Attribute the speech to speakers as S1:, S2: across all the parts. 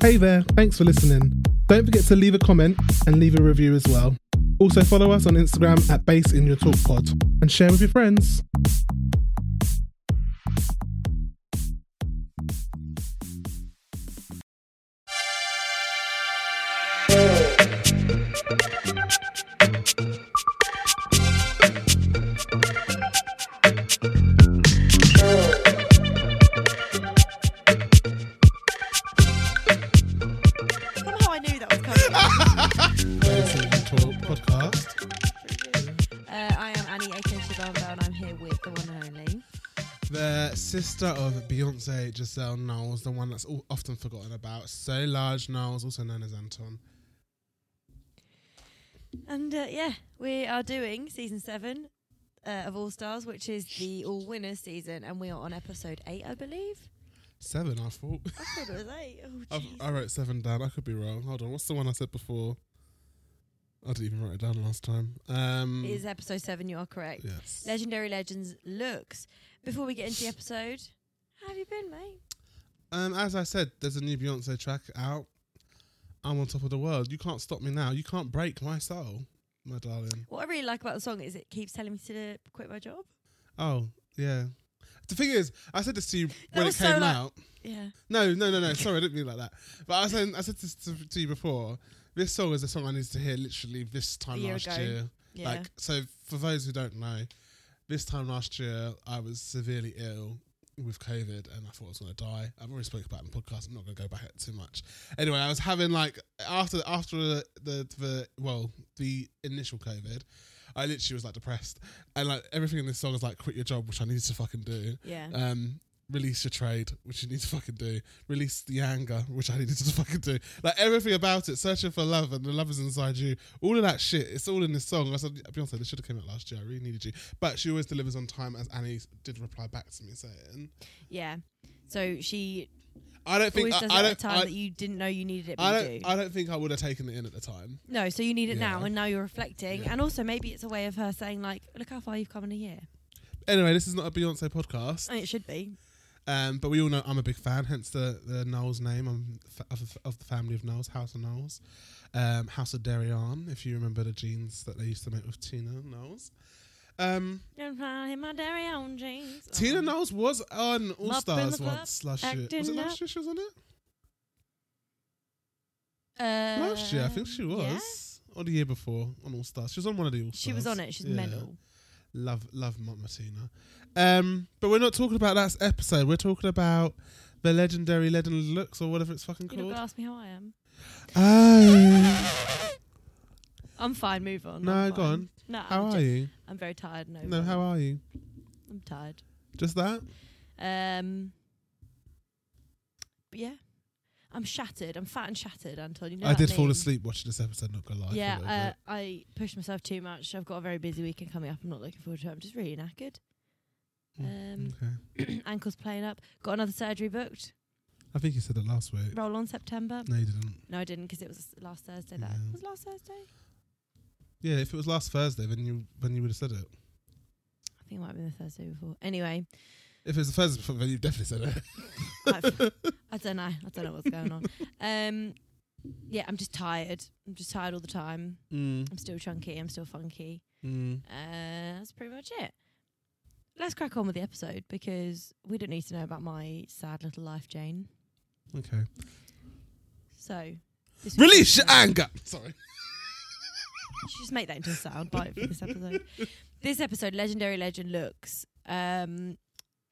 S1: Hey there, thanks for listening. Don't forget to leave a comment and leave a review as well. Also, follow us on Instagram at Base in Your Talk Pod and share with your friends.
S2: Somehow I knew that was coming.
S1: Base in Your Talk podcast.
S2: uh, I am Annie, aka Shivaldo, and I'm here with the one and only.
S1: The sister of Beyonce, Giselle Knowles, the one that's all, often forgotten about, So Large Knowles, also known as Anton.
S2: And uh, yeah, we are doing season seven uh, of All Stars, which is the All Winners season, and we are on episode eight, I believe.
S1: Seven, I thought.
S2: I thought it was eight. Oh,
S1: I've,
S2: jeez.
S1: I wrote seven down. I could be wrong. Hold on. What's the one I said before? I didn't even write it down last time. Um,
S2: It is episode seven, you are correct.
S1: yes.
S2: Legendary Legends looks. Before we get into the episode, how have you been, mate?
S1: Um, as I said, there's a new Beyonce track out. I'm on top of the world. You can't stop me now. You can't break my soul, my darling.
S2: What I really like about the song is it keeps telling me to quit my job.
S1: Oh, yeah. The thing is, I said this to you when it
S2: was so
S1: came
S2: like-
S1: out.
S2: Yeah.
S1: No, no, no, no. Sorry, I didn't mean it like that. But I said, I said this to, to you before. This song is a song I needed to hear literally this time
S2: year
S1: last
S2: ago.
S1: year.
S2: Yeah.
S1: Like, so for those who don't know, this time last year I was severely ill with COVID and I thought I was going to die. I've already spoken about it in the podcast. I'm not going to go back too much. Anyway, I was having like after after the the, the well the initial COVID. I literally was like depressed, and like everything in this song is like quit your job, which I needed to fucking do.
S2: yeah.
S1: Um, release your trade, which you need to fucking do. Release the anger, which I needed to fucking do. Like everything about it, searching for love and the love is inside you. All of that shit. It's all in this song. I said, Beyonce, this should have came out last year. I really needed you. But she always delivers on time, as Annie did reply back to me saying,
S2: yeah. So she
S1: "I don't think
S2: always
S1: I,
S2: does
S1: I
S2: it at a
S1: don't
S2: time
S1: I,
S2: that you didn't know you needed it, but
S1: I
S2: you do.
S1: don't I don't think I would have taken it in at the time.
S2: No, so you need it now,
S1: Yeah.
S2: and now you're reflecting,
S1: Yeah.
S2: and also maybe it's a way of her saying like, "Look how far you've come in a year."
S1: Anyway, this is not a Beyonce podcast,
S2: And it should be.
S1: um, but we all know I'm a big fan. Hence the the Knowles name. I'm fa- of, of the family of Knowles, House of Knowles. um, House of Derion, if you remember the jeans that they used to make with Tina Knowles. Um,
S2: Don't fly in my dairy own jeans. Oh.
S1: Tina Knowles was on All
S2: Up in the
S1: Stars
S2: club,
S1: once last year.
S2: acting
S1: Was it last
S2: up.
S1: year she was on it?
S2: Uh,
S1: last year, I think she was.
S2: yeah?
S1: Or the year before on All Stars. She was on one of the All Stars.
S2: She was on it. She's
S1: Yeah.
S2: mental.
S1: Love, love Mama Tina. Um, but we're not talking about that episode. We're talking about the legendary legend looks or whatever it's fucking
S2: You're not
S1: called.
S2: gonna ask me how I am.
S1: Oh,
S2: I'm fine. Move on.
S1: No,
S2: I'm
S1: go
S2: fine.
S1: on.
S2: No,
S1: how
S2: I'm
S1: are
S2: ju-
S1: you?
S2: I'm very tired. No,
S1: No, how are you?
S2: I'm tired.
S1: Just that?
S2: Um, but yeah, I'm shattered. I'm fat and shattered, Anton. You know
S1: I
S2: what
S1: did fall
S2: mean?
S1: asleep watching this episode. Not gonna lie. for a little bit.
S2: Yeah, uh, I pushed myself too much. I've got a very busy weekend coming up. I'm not looking forward to it. I'm just really knackered. Um,
S1: okay.
S2: ankles playing up. Got another surgery booked.
S1: I think you said that last week.
S2: Roll on September.
S1: No, you didn't.
S2: No, I didn't because it was last Thursday. That
S1: Yeah.
S2: was last Thursday.
S1: Yeah, if it was last Thursday, then you then you would have said it.
S2: I think it might have been the Thursday before. Anyway,
S1: If it was the Thursday before, then you definitely said it.
S2: I've, I don't know. I don't know what's going on. Um, yeah, I'm just tired. I'm just tired all the time.
S1: Mm.
S2: I'm still chunky. I'm still funky.
S1: Mm.
S2: Uh, that's pretty much it. Let's crack on with the episode because we don't need to know about my sad little life, Jane.
S1: Okay.
S2: So, this week's
S1: Release your
S2: episode-
S1: anger. Sorry.
S2: You should just make that into a sound bite for this episode. This episode, Legendary Legend looks. Um,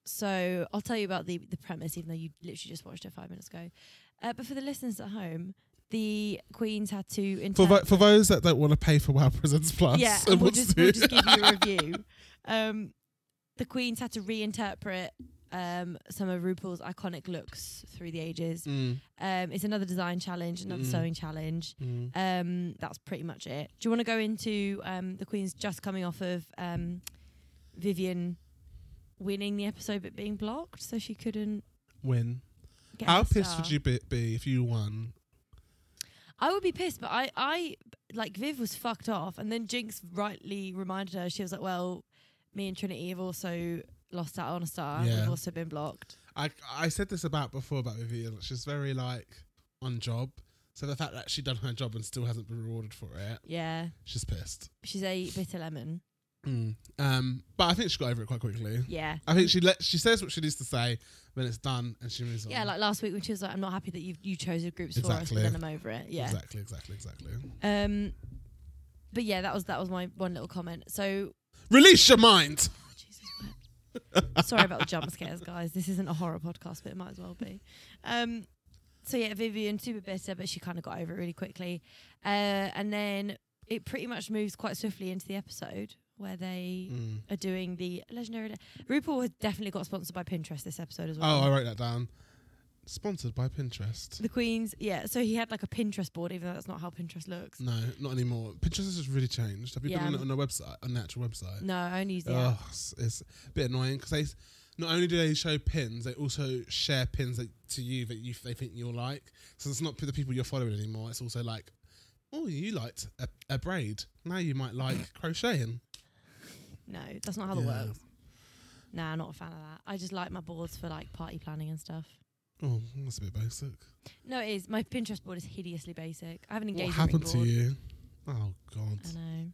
S2: so I'll tell you about the, the premise, even though you literally just watched it five minutes ago. Uh, but for the listeners at home, the Queens had to
S1: For
S2: interpret.
S1: th- for those that don't want to pay for Wow Presents Plus,
S2: yeah,
S1: and
S2: and we'll
S1: wants
S2: just,
S1: to-
S2: we'll just give you a review. Um, the Queens had to reinterpret um, some of RuPaul's iconic looks through the ages.
S1: Mm.
S2: Um, it's another design challenge, another
S1: Mm.
S2: sewing challenge.
S1: Mm.
S2: Um, that's pretty much it. Do you want to go into um, the Queen's just coming off of um, Vivian winning the episode but being blocked, so she couldn't
S1: Win.
S2: get.
S1: How
S2: her
S1: pissed
S2: star?
S1: would you be, be if you won?
S2: I would be pissed, but I, I like Viv was fucked off, and then Jinx rightly reminded her. She was like, "Well, me and Trinity have also lost out on a star.
S1: Yeah.
S2: We've also been blocked."
S1: I I said this about before about Vivian. She's very like on job. So the fact that she done her job and still hasn't been rewarded for it,
S2: Yeah.
S1: she's pissed.
S2: She's a bitter lemon.
S1: Mm. Um, but I think she got over it quite quickly.
S2: Yeah.
S1: I think she let she says what she needs to say, then it's done, and she moves on.
S2: Yeah, like last week when she was like, I'm not happy that you you chose the groups for us,
S1: Exactly.
S2: but then I'm over it. Yeah.
S1: exactly, exactly, exactly.
S2: Um but yeah, that was that was my one little comment. So
S1: Release your mind.
S2: oh, Jesus what- Sorry about the jump scares, guys. This isn't a horror podcast, but it might as well be. Um so yeah, Vivian super bitter, but she kind of got over it really quickly. Uh and then it pretty much moves quite swiftly into the episode where they
S1: Mm.
S2: are doing the legendary RuPaul has definitely got sponsored by Pinterest this episode as well.
S1: Oh, I wrote that down. Sponsored by Pinterest.
S2: The Queen's, yeah. So he had like a Pinterest board, even though that's not how Pinterest looks.
S1: No, not anymore. Pinterest has just really changed. Have you
S2: Yeah.
S1: been on it on their website, on the actual website?
S2: No, I only use the app.
S1: Oh, it's, it's a bit annoying because they s- not only do they show pins, they also share pins that, to you that you they think you'll like. So it's not p- the people you're following anymore. It's also like, oh, you liked a, a braid. Now you might like crocheting.
S2: No, that's not how it
S1: Yeah.
S2: works. Nah, not a fan of that. I just like my boards for like party planning and stuff.
S1: Oh, that's a bit basic.
S2: No, it is. My Pinterest board is hideously basic. I have an
S1: What
S2: engagement
S1: happened
S2: board.
S1: to you? Oh God.
S2: I know.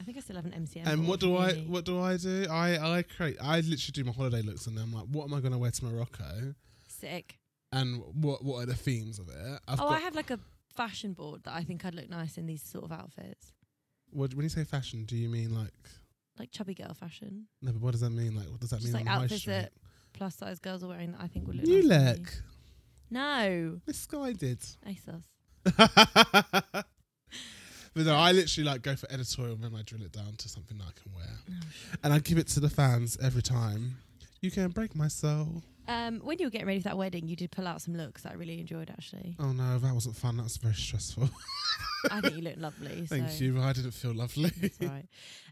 S2: I think I still have an MCM.
S1: And
S2: board
S1: what do
S2: from
S1: I
S2: uni.
S1: what do I do? I I create. I literally do my holiday looks, and then I'm like, what am I going to wear to Morocco?
S2: Sick.
S1: And what what are the themes of it? I've
S2: oh,
S1: got,
S2: I have like a fashion board that I think I'd look nice in these sort of outfits,
S1: what, when you say fashion, do you mean like?
S2: like chubby girl fashion.
S1: No, but what does that mean? Like, what does that mean?
S2: Just like
S1: on the high
S2: outfits
S1: street?
S2: that plus size girls are wearing that I think would look.
S1: You
S2: nice on me.
S1: look
S2: No,
S1: misguided.
S2: ASOS.
S1: but no, I literally like go for editorial and then I drill it down to something that I can wear, and I give it to the fans every time. You can break my soul.
S2: Um, when you were getting ready for that wedding, you did pull out some looks that I really enjoyed. Actually,
S1: Oh no, that wasn't fun. That was very stressful.
S2: I think you looked lovely.
S1: Thank
S2: so
S1: you, but I didn't feel lovely.
S2: It's all right.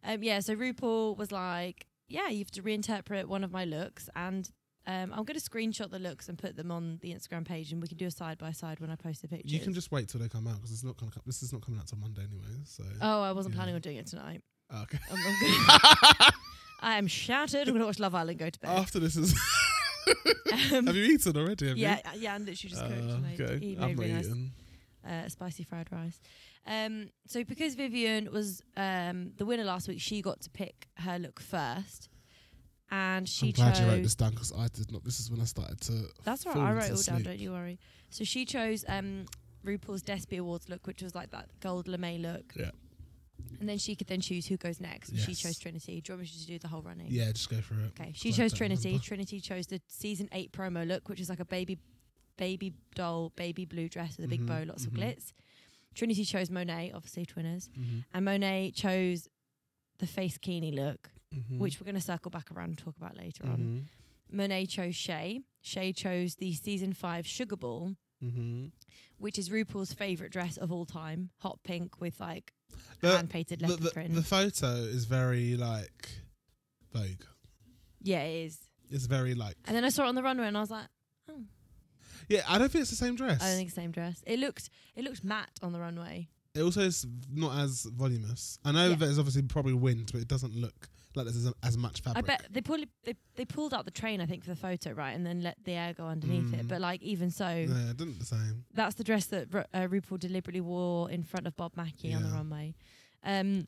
S2: Um, yeah. So RuPaul was like, "Yeah, you have to reinterpret one of my looks, and um, I'm going to screenshot the looks and put them on the Instagram page, and we can do a side by side when I post the pictures."
S1: You can just wait till they come out because it's not gonna come, this is not coming out till Monday anyway. So
S2: Oh, I wasn't
S1: Yeah.
S2: planning on doing it tonight.
S1: Oh, okay.
S2: I'm, I'm gonna, I am shattered. I'm going to watch Love Island. Go to bed.
S1: After this is,
S2: um,
S1: have you eaten already? Have you?
S2: yeah, yeah. And literally just cooked.
S1: Uh,
S2: and I
S1: okay.
S2: ate
S1: I'm
S2: really
S1: not
S2: nice
S1: eating.
S2: uh, spicy fried rice. Um, so because Vivian was um, the winner last week, she got to pick her look first, and she
S1: I'm glad
S2: chose.
S1: you wrote this down because I did not. This is when I started to.
S2: That's right,
S1: fall
S2: I
S1: into
S2: wrote it all down.
S1: sleep.
S2: Don't you worry. So she chose um, RuPaul's Despy Awards look, which was like that gold lame look.
S1: Yeah.
S2: And then she could then choose who goes next. and She
S1: Yes.
S2: chose Trinity. Do you want me to do the whole running?
S1: Yeah, just go for it.
S2: Okay. She
S1: Glad
S2: chose
S1: I don't
S2: Trinity.
S1: remember.
S2: Trinity chose the season eight promo look, which is like a baby, baby doll, baby blue dress with a big
S1: Mhm,
S2: bow, lots
S1: mhm.
S2: of glitz. Trinity chose Monet, obviously twinners,
S1: Mhm,
S2: and Monet chose the face keeny look,
S1: mhm,
S2: which we're going to circle back around and talk about later on.
S1: mhm,
S2: Monet chose Shay. Shay chose the season five Sugar Ball,
S1: mhm.
S2: which is RuPaul's favourite dress of all time. Hot pink with like
S1: The-
S2: hand painted
S1: The,
S2: leopard
S1: the,
S2: print.
S1: the photo is very like vague.
S2: yeah, it is.
S1: It's very like
S2: And then I saw it on the runway and I was like, "Oh,
S1: yeah. I don't think it's the same dress.
S2: I don't think it's the same dress. It looked it looked matte on the runway.
S1: It also is not as voluminous. I know
S2: Yeah.
S1: there's obviously probably wind, but it doesn't look like there's as- as much fabric.
S2: I bet they pulled they, they pulled out the train I think for the photo right and then let the air go underneath
S1: Mm.
S2: it. But like even so,
S1: No, it didn't the same.
S2: that's the dress that Ru- uh, RuPaul deliberately wore in front of Bob Mackie on the
S1: Yeah.
S2: runway. Um,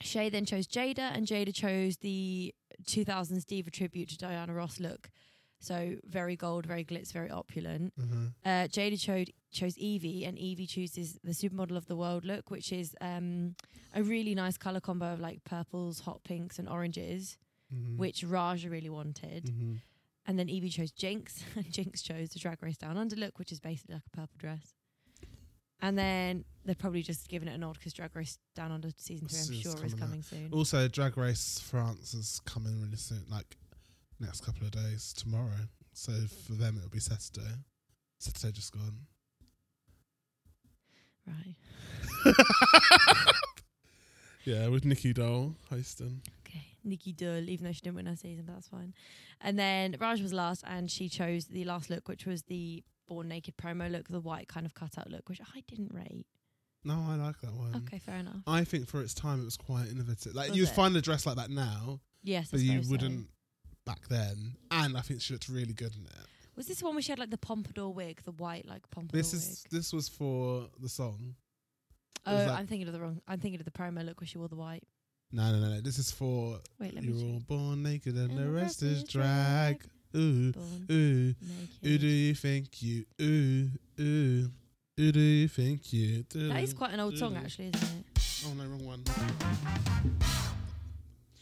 S2: Shay then chose Jada, and Jada chose the 2000s diva tribute to Diana Ross look. So very gold, very glitz, very opulent.
S1: Uh-huh.
S2: Uh, Jada chose chose Evie, and Evie chooses the supermodel of the world look, which is um, a really nice color combo of like purples, hot pinks, and oranges,
S1: Mhm.
S2: which Raja really wanted.
S1: Mhm.
S2: And then Evie chose Jinx, and Jinx chose the Drag Race Down Under look, which is basically like a purple dress. And then they're probably just giving it a nod because Drag Race Down Under season three,
S1: This
S2: I'm
S1: is
S2: sure, is
S1: coming
S2: coming soon.
S1: Also, Drag Race France is coming really soon, like next couple of days, tomorrow. So for them, it'll be Saturday. Saturday just gone. Oh.
S2: Right.
S1: yeah, with Nikki Doll hosting.
S2: Okay. Nikki Dull, even though she didn't win her season, but that's fine. And then Raj was last, and she chose the last look, which was the born naked promo look, the white kind of cutout look, which I didn't rate.
S1: No, I like that one.
S2: Okay, fair enough.
S1: I think for its time, it was quite innovative. Like
S2: Was
S1: you'd
S2: it?
S1: find a dress like that now,
S2: Yes, I
S1: but you
S2: suppose so.
S1: wouldn't back then. And I think she looked really good in it.
S2: Was this the one where she had like the pompadour wig, the white like pompadour
S1: This
S2: wig?
S1: is this was for the song.
S2: Oh,
S1: that-
S2: I'm thinking of the wrong. I'm thinking of the promo look where she wore the white.
S1: No, no, no, no. This is for
S2: Wait, let me.
S1: You're all born naked and,
S2: And
S1: the rest is drag. Ooh,
S2: drag. Born
S1: ooh. Who do
S2: naked.
S1: you think you? Ooh, ooh. Who do you think you?
S2: That is quite an old song, actually, isn't it?
S1: Oh no, wrong one.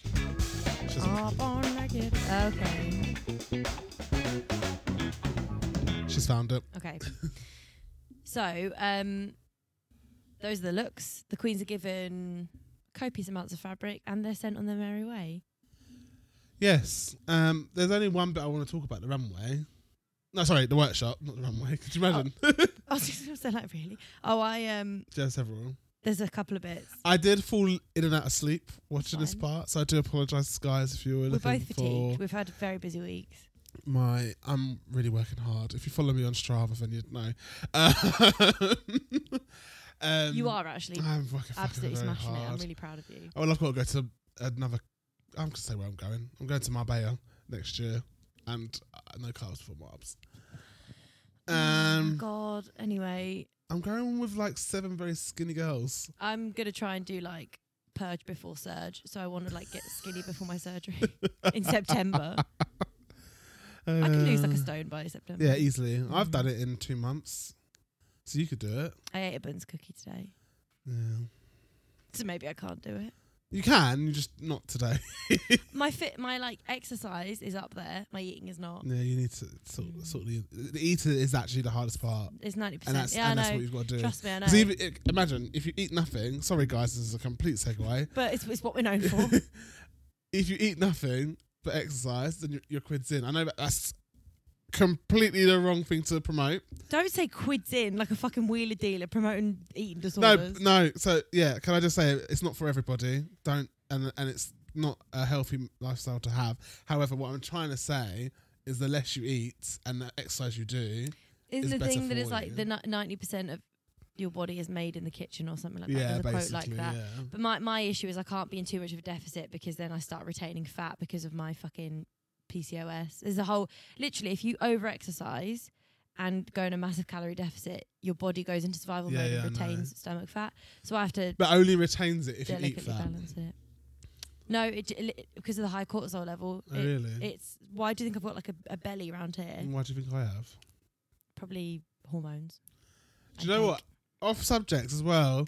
S1: She doesn't,
S2: Oh, born naked. Okay.
S1: she's found it.
S2: Okay. so, um, those are the looks. The queens are given copious amounts of fabric, and they're sent on their merry way.
S1: Yes. Um. There's only one bit I want to talk about the runway. No, sorry, the workshop, not the runway. Could you imagine?
S2: I was just gonna say, like, really? Oh, I um,
S1: Just several.
S2: there's a couple of bits.
S1: I did fall in and out of sleep watching this
S2: Fine.
S1: part, so I do apologise, guys, if you were
S2: We're
S1: looking
S2: both
S1: for
S2: fatigued. We've had very busy weeks.
S1: my. I'm really working hard. If you follow me on Strava, then you'd know. Um, um,
S2: you are actually
S1: I'm working
S2: absolutely
S1: absolutely very
S2: smashing it. I'm
S1: hard.
S2: really proud of you.
S1: oh, well, I've got to go to another. I'm gonna say where I'm going. I'm going to Marbella next year, and uh, no carbs for Marbs. Um,
S2: oh God. Anyway,
S1: I'm going with like seven very skinny girls.
S2: I'm gonna try and do like purge before surge. So I want to like get skinny before my surgery in September. I can lose like
S1: Uh,
S2: a stone by September.
S1: Yeah, easily. I've
S2: Mm.
S1: done it in two months, so you could do it.
S2: I ate a buns cookie today,
S1: Yeah.
S2: so maybe I can't do it.
S1: You can, you just not today.
S2: My fit, my like exercise is up there. My eating is not.
S1: no, you need to sort,
S2: Mm.
S1: sort the, the eater is actually the hardest part,
S2: It's ninety
S1: and
S2: percent.
S1: that's
S2: Yeah,
S1: and that's
S2: I
S1: what
S2: know.
S1: you've got to do.
S2: Trust me, I know.
S1: 'Cause even- i- imagine if you eat nothing. Sorry, guys, this is a complete segue.
S2: but it's, it's what we're known for.
S1: if you eat nothing but exercise, then your, your quid's in. I know that that's completely the wrong thing to promote.
S2: Don't say quids in like a fucking wheeler dealer promoting eating
S1: No,
S2: disorders.
S1: no. So yeah, can I just say it's not for everybody. Don't and and it's not a healthy lifestyle to have. However, what I'm trying to say is the less you eat and the exercise you do,
S2: is
S1: is
S2: the
S1: better
S2: thing that
S1: for
S2: it's like
S1: you.
S2: the ninety percent of your body is made in the kitchen or something like
S1: yeah,
S2: that. There's a quote
S1: basically,
S2: like that.
S1: yeah.
S2: But my, my issue is I can't be in too much of a deficit because then I start retaining fat because of my fucking PCOS. There's a whole literally if you over exercise and go in a massive calorie deficit, your body goes into survival
S1: Yeah,
S2: mode
S1: yeah, I
S2: and
S1: know.
S2: retains stomach fat. So I have to
S1: But only retains it if you eat
S2: delicately
S1: fat.
S2: balance it. No, it, it, because of the high cortisol level.
S1: Oh,
S2: it-
S1: really? Mm.
S2: It's why do you think I've got like a, a belly around here?
S1: Why do you think I have?
S2: Probably hormones.
S1: Do you know what? Off subject as well,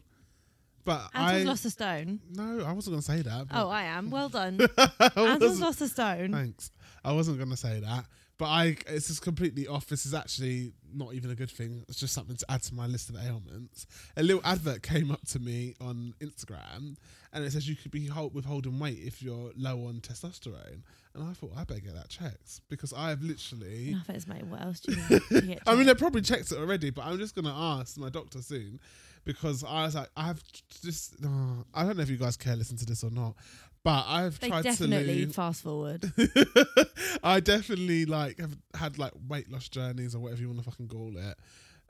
S1: but
S2: Anton's
S1: I
S2: lost a stone.
S1: no, I wasn't gonna say that. but-
S2: Oh, I am. Well done.
S1: I
S2: Anton's
S1: wasn't-
S2: lost a stone.
S1: Thanks. I wasn't going to say that, but I this is completely off. This is actually not even a good thing. It's just something to add to my list of ailments. A little advert came up to me on Instagram, and it says you could be hold, withholding weight if you're low on testosterone. And I thought I better get that checked because I have literally.
S2: No offense, mate. What else do you need to get
S1: I mean,
S2: checked?
S1: they probably checked it already, but I'm just going to ask my doctor soon because I was like, I have just. oh, I don't know if you guys care listen to this or not, but I've
S2: they
S1: tried to
S2: definitely
S1: lose-
S2: fast forward.
S1: I definitely like have had like weight loss journeys or whatever you want to fucking call it,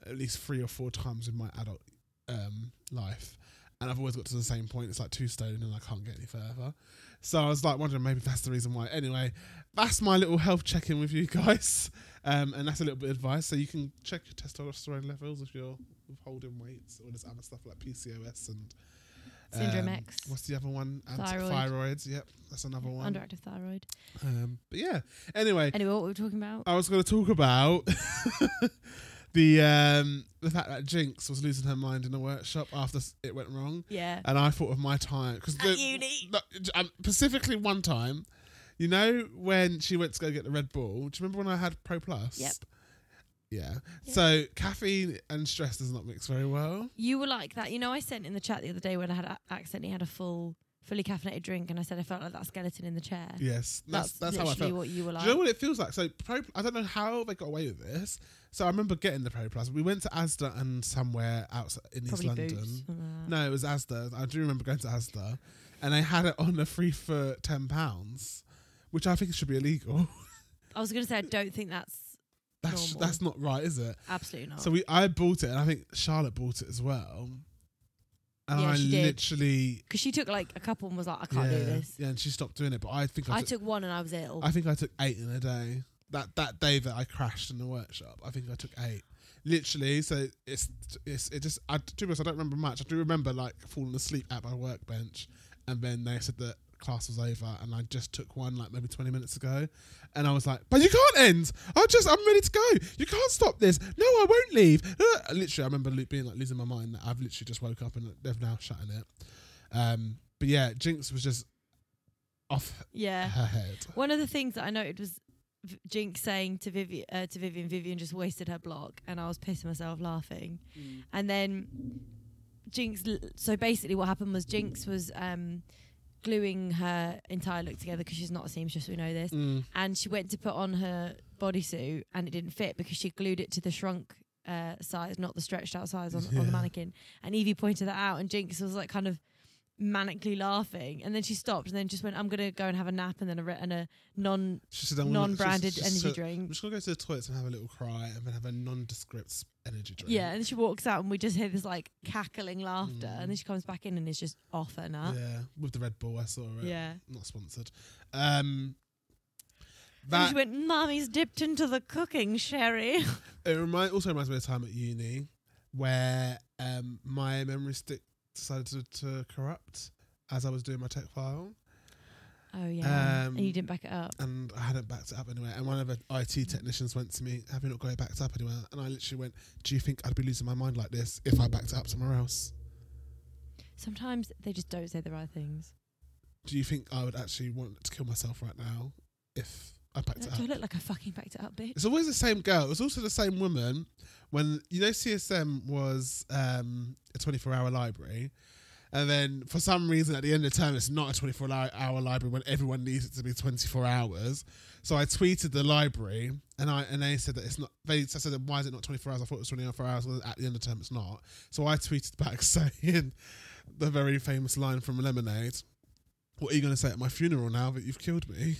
S1: at least three or four times in my adult um, life, and I've always got to the same point. It's like two stone, and I can't get any further. So I was like wondering maybe that's the reason why. Anyway, that's my little health check in with you guys, um, and that's a little bit of advice. So you can check your testosterone levels if you're withholding weights or there's other stuff like PCOS and.
S2: Syndrome
S1: um,
S2: X.
S1: What's the other one? Ant-
S2: Thyroid.
S1: Thyroids. Yep, that's another one.
S2: Underactive thyroid.
S1: Um, but yeah. Anyway,
S2: Anyway, what were we talking about?
S1: I was going to talk about the um, the fact that Jinx was losing her mind in the workshop after s- it went wrong,
S2: yeah.
S1: and I thought of my time because
S2: At uni.
S1: um, specifically one time, you know when she went to go get the Red Bull. Do you remember when I had Pro Plus?
S2: Yep.
S1: Yeah.
S2: Yeah.
S1: So caffeine and stress does not mix very well.
S2: You were like that. You know, I sent in the chat the other day when I had a- accidentally had a full, fully caffeinated drink, and I said I felt like that skeleton in the chair.
S1: Yes, that's that's, how I
S2: literally
S1: felt.
S2: what you were like.
S1: Do you know what it feels like? So Pro, I don't know how they got away with this. So I remember getting the Pro Plus. We went to Asda and somewhere outside in
S2: Probably
S1: East London.
S2: boots. Uh, something like that.
S1: No, it was Asda. I do remember going to Asda, and they had it on a free for ten pounds, which I think should be illegal.
S2: I was gonna say I don't think that's
S1: That's
S2: Normal.
S1: that's not right, is it?
S2: absolutely not.
S1: So we, I bought it, and I think Charlotte bought it as well. And
S2: Yeah,
S1: I
S2: she did.
S1: literally
S2: because she took like a couple and was like, I can't
S1: yeah,
S2: do this.
S1: Yeah, and she stopped doing it. But I think I,
S2: I
S1: took,
S2: took one and I was ill.
S1: I think I took eight in a day. that that day that I crashed in the workshop, I think I took eight. Literally, so it's it's it just I to be honest, I don't remember much. I do remember like falling asleep at my workbench, and then they said that class was over, and I just took one like maybe twenty minutes ago, and I was like, "But you can't end! I just I'm ready to go. You can't stop this. No, I won't leave." Uh, Literally, I remember lo- being like losing my mind. that I've literally just woke up and they've now shutting it. Um, but yeah, Jinx was just off
S2: Yeah.
S1: her head.
S2: One of the things that I noted was v- Jinx saying to Vivian, uh, to Vivian, Vivian just wasted her block, and I was pissing myself laughing. And then Jinx, l- so basically what happened was Jinx was um, gluing her entire look together because she's not a seamstress, we know this.
S1: Mm.
S2: And she went to put on her bodysuit, and it didn't fit because she glued it to the shrunk. Uh, size, not the stretched out size on, on
S1: Yeah.
S2: the mannequin. And Evie pointed that out, and Jinx was like kind of manically laughing. And then she stopped and then just went, I'm going to go and have a nap and then a, re- and a non
S1: She said, "I'm gonna-
S2: non branded
S1: she
S2: energy
S1: said, I'm
S2: drink.
S1: just gonna go to the toilets and have a little cry, and then have a nondescript energy drink."
S2: Yeah, and then she walks out and we just hear this like cackling laughter, and then she comes back in and is just off her nut.
S1: Mm. yeah, with the Red Bull, I saw it.
S2: Yeah.
S1: not sponsored. Um,
S2: And
S1: that
S2: she went, Mommy's dipped into the cooking, Sherry.
S1: It remind, also reminds me of a time at uni where um, my memory stick decided to, to corrupt as I was doing my tech file,
S2: Oh, yeah.
S1: Um,
S2: and you didn't back it up.
S1: and I hadn't backed it up anywhere. And one of the IT technicians went to me, "Have you not got it backed up anywhere?" And I literally went, "Do you think I'd be losing my mind like this if I backed it up somewhere else?
S2: Sometimes they just don't say the right things.
S1: Do you think I would actually want to kill myself right now if I backed
S2: Like,
S1: it
S2: do I
S1: up?"
S2: look like I fucking backed it up, bitch?
S1: It's always the same girl. It was also the same woman when you know CSM was um, a 24-hour library, and then for some reason at the end of the term it's not a 24-hour library when everyone needs it to be 24 hours. So I tweeted the library, and I and they said that it's not. They I said why is it not 24 hours? I thought it was 24 hours. Well, at the end of the term it's not. So I tweeted back saying the very famous line from Lemonade. What are you going to say at my funeral now that you've killed me?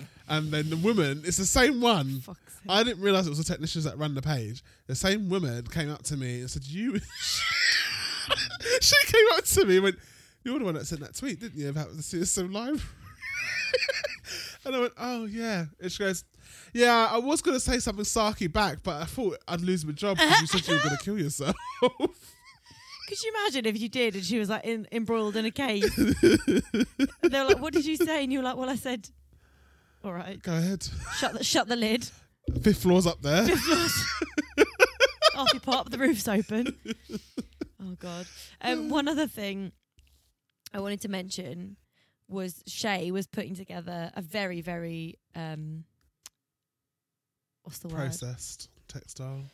S1: and then the woman, it's the same one.
S2: Fuck's sake.
S1: I didn't realize it was the technicians that ran the page. The same woman came up to me and said, "You." she came up to me and went, "You're the one that sent that tweet, didn't you, about the CSM library?" and I went, "Oh yeah." And she goes, "Yeah, I was gonna say something sarky back, but I thought I'd lose my job because you said you were gonna kill yourself."
S2: Could you imagine if you did and she was like in, embroiled in a case? and they were like, What did you say? And you were like, Well, I said, All right,
S1: Go ahead.
S2: shut the, shut the lid.
S1: Fifth floor's up there.
S2: Off you pop, the roof's open. Oh, God. Um, one other thing I wanted to mention was Shay was putting together a very, very, um, what's the word?
S1: Processed textile.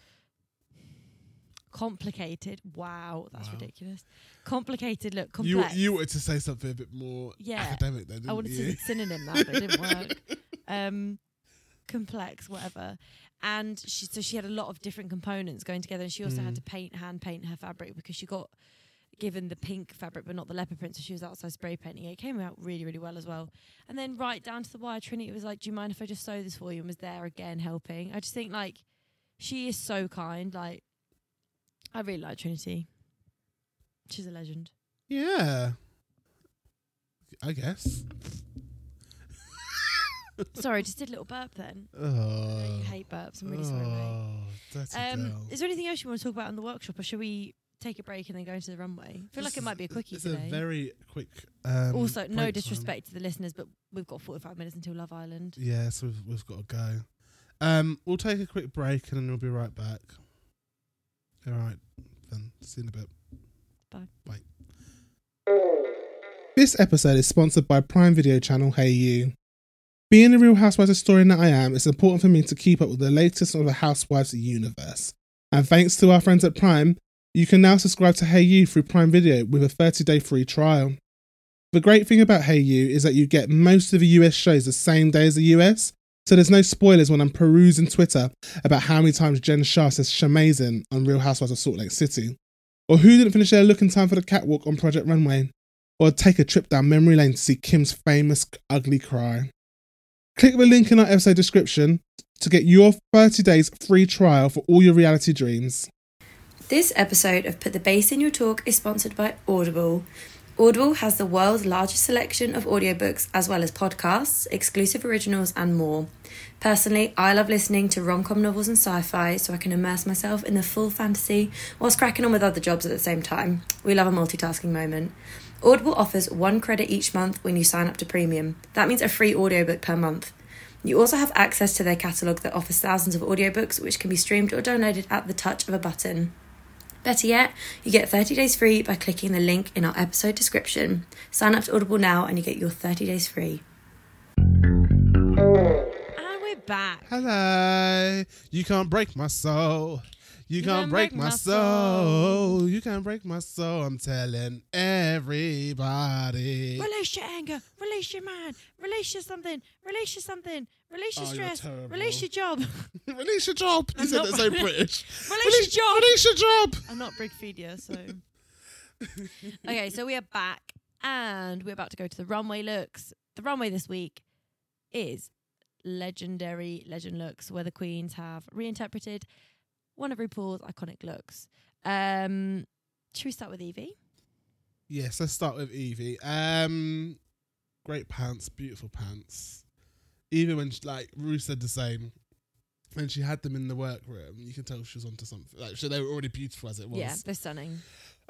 S2: Complicated. Wow, that's
S1: Wow.
S2: ridiculous. Complicated, look,
S1: You
S2: complex.
S1: you wanted to say something a bit more
S2: Yeah.
S1: academic, then, didn't
S2: I wanted
S1: you?
S2: to synonym that, but it didn't work. Um, complex, whatever. And she, so she had a lot of different components going together, and she also had
S1: Mm.
S2: to paint, hand paint her fabric because she got given the pink fabric, but not the leopard print. So she was outside spray painting it. It came out really, really well as well. And then right down to the wire, Trinity was like, "Do you mind if I just sew this for you?" And was there again helping. I just think like she is so kind. Like I really like Trinity. She's a legend.
S1: Yeah. I guess.
S2: Sorry, just did a little burp then. I know
S1: Oh.
S2: you hate burps. I'm really sorry, mate.
S1: dirty
S2: Um,
S1: girl.
S2: is there anything else you want to talk about in the workshop, or should we take a break and then go into the runway? I feel like
S1: This
S2: it might be a
S1: is-
S2: quickie
S1: It's
S2: today.
S1: a very quick. Um,
S2: also, no
S1: break time.
S2: disrespect to the listeners, but we've got 45 minutes until Love Island.
S1: Yes, we've we've got to go. Um, we'll take a quick break and then we'll be right back. All right, then. See you in a bit.
S2: Bye.
S1: Bye. This episode is sponsored by Prime Video channel Hey You. Being the Real Housewives historian that I am, it's important for me to keep up with the latest of the Housewives universe. And thanks to our friends at Prime, you can now subscribe to Hey You through Prime Video with a 30 day free trial. The great thing about Hey You is that you get most of the US shows the same day as the US, so there's no spoilers when I'm perusing Twitter about how many times Jen Shah says shamazin on Real Housewives of Salt Lake City, or who didn't finish their look in time for the catwalk on Project Runway, or take a trip down memory lane to see Kim's famous ugly cry. Click the link in our episode description to get your 30 days free trial for all your reality dreams.
S2: This episode of Put the Bass in Your Talk is sponsored by Audible. Audible has the world's largest selection of audiobooks as well as podcasts, exclusive originals, and more. Personally, I love listening to rom com novels and sci fi so I can immerse myself in the full fantasy whilst cracking on with other jobs at the same time. We love a multitasking moment. Audible offers one credit each month when you sign up to premium. That means a free audiobook per month. You also have access to their catalogue that offers thousands of audiobooks which can be streamed or downloaded at the touch of a button. Better yet, you get 30 days free by clicking the link in our episode description. Sign up to Audible now and you get your 30 days free.
S3: And we're back.
S1: Hello. You can't break my soul. You can't, break, my soul. You can't break my soul. I'm telling everybody.
S3: Release your anger. Release your mind. Release your something. Release your something. Release your
S1: Oh, you're
S3: stress. Release
S1: terrible.
S3: your job.
S1: Release your job. You
S3: I'm
S1: said
S3: not-
S1: that so British.
S3: Release your job.
S1: Release your job.
S3: I'm not Brigpedia, so. okay, so we are back and we're about to go to the runway looks. The runway this week is legendary legend looks where the queens have reinterpreted one of RuPaul's iconic looks. Um, should we start with Evie?
S1: Yes, let's start with Evie. Um, great pants, beautiful pants. Even when she, like Rue said the same, when she had them in the workroom, you could tell she was onto something. Like, so they were already beautiful as it was.
S3: Yeah, they're stunning.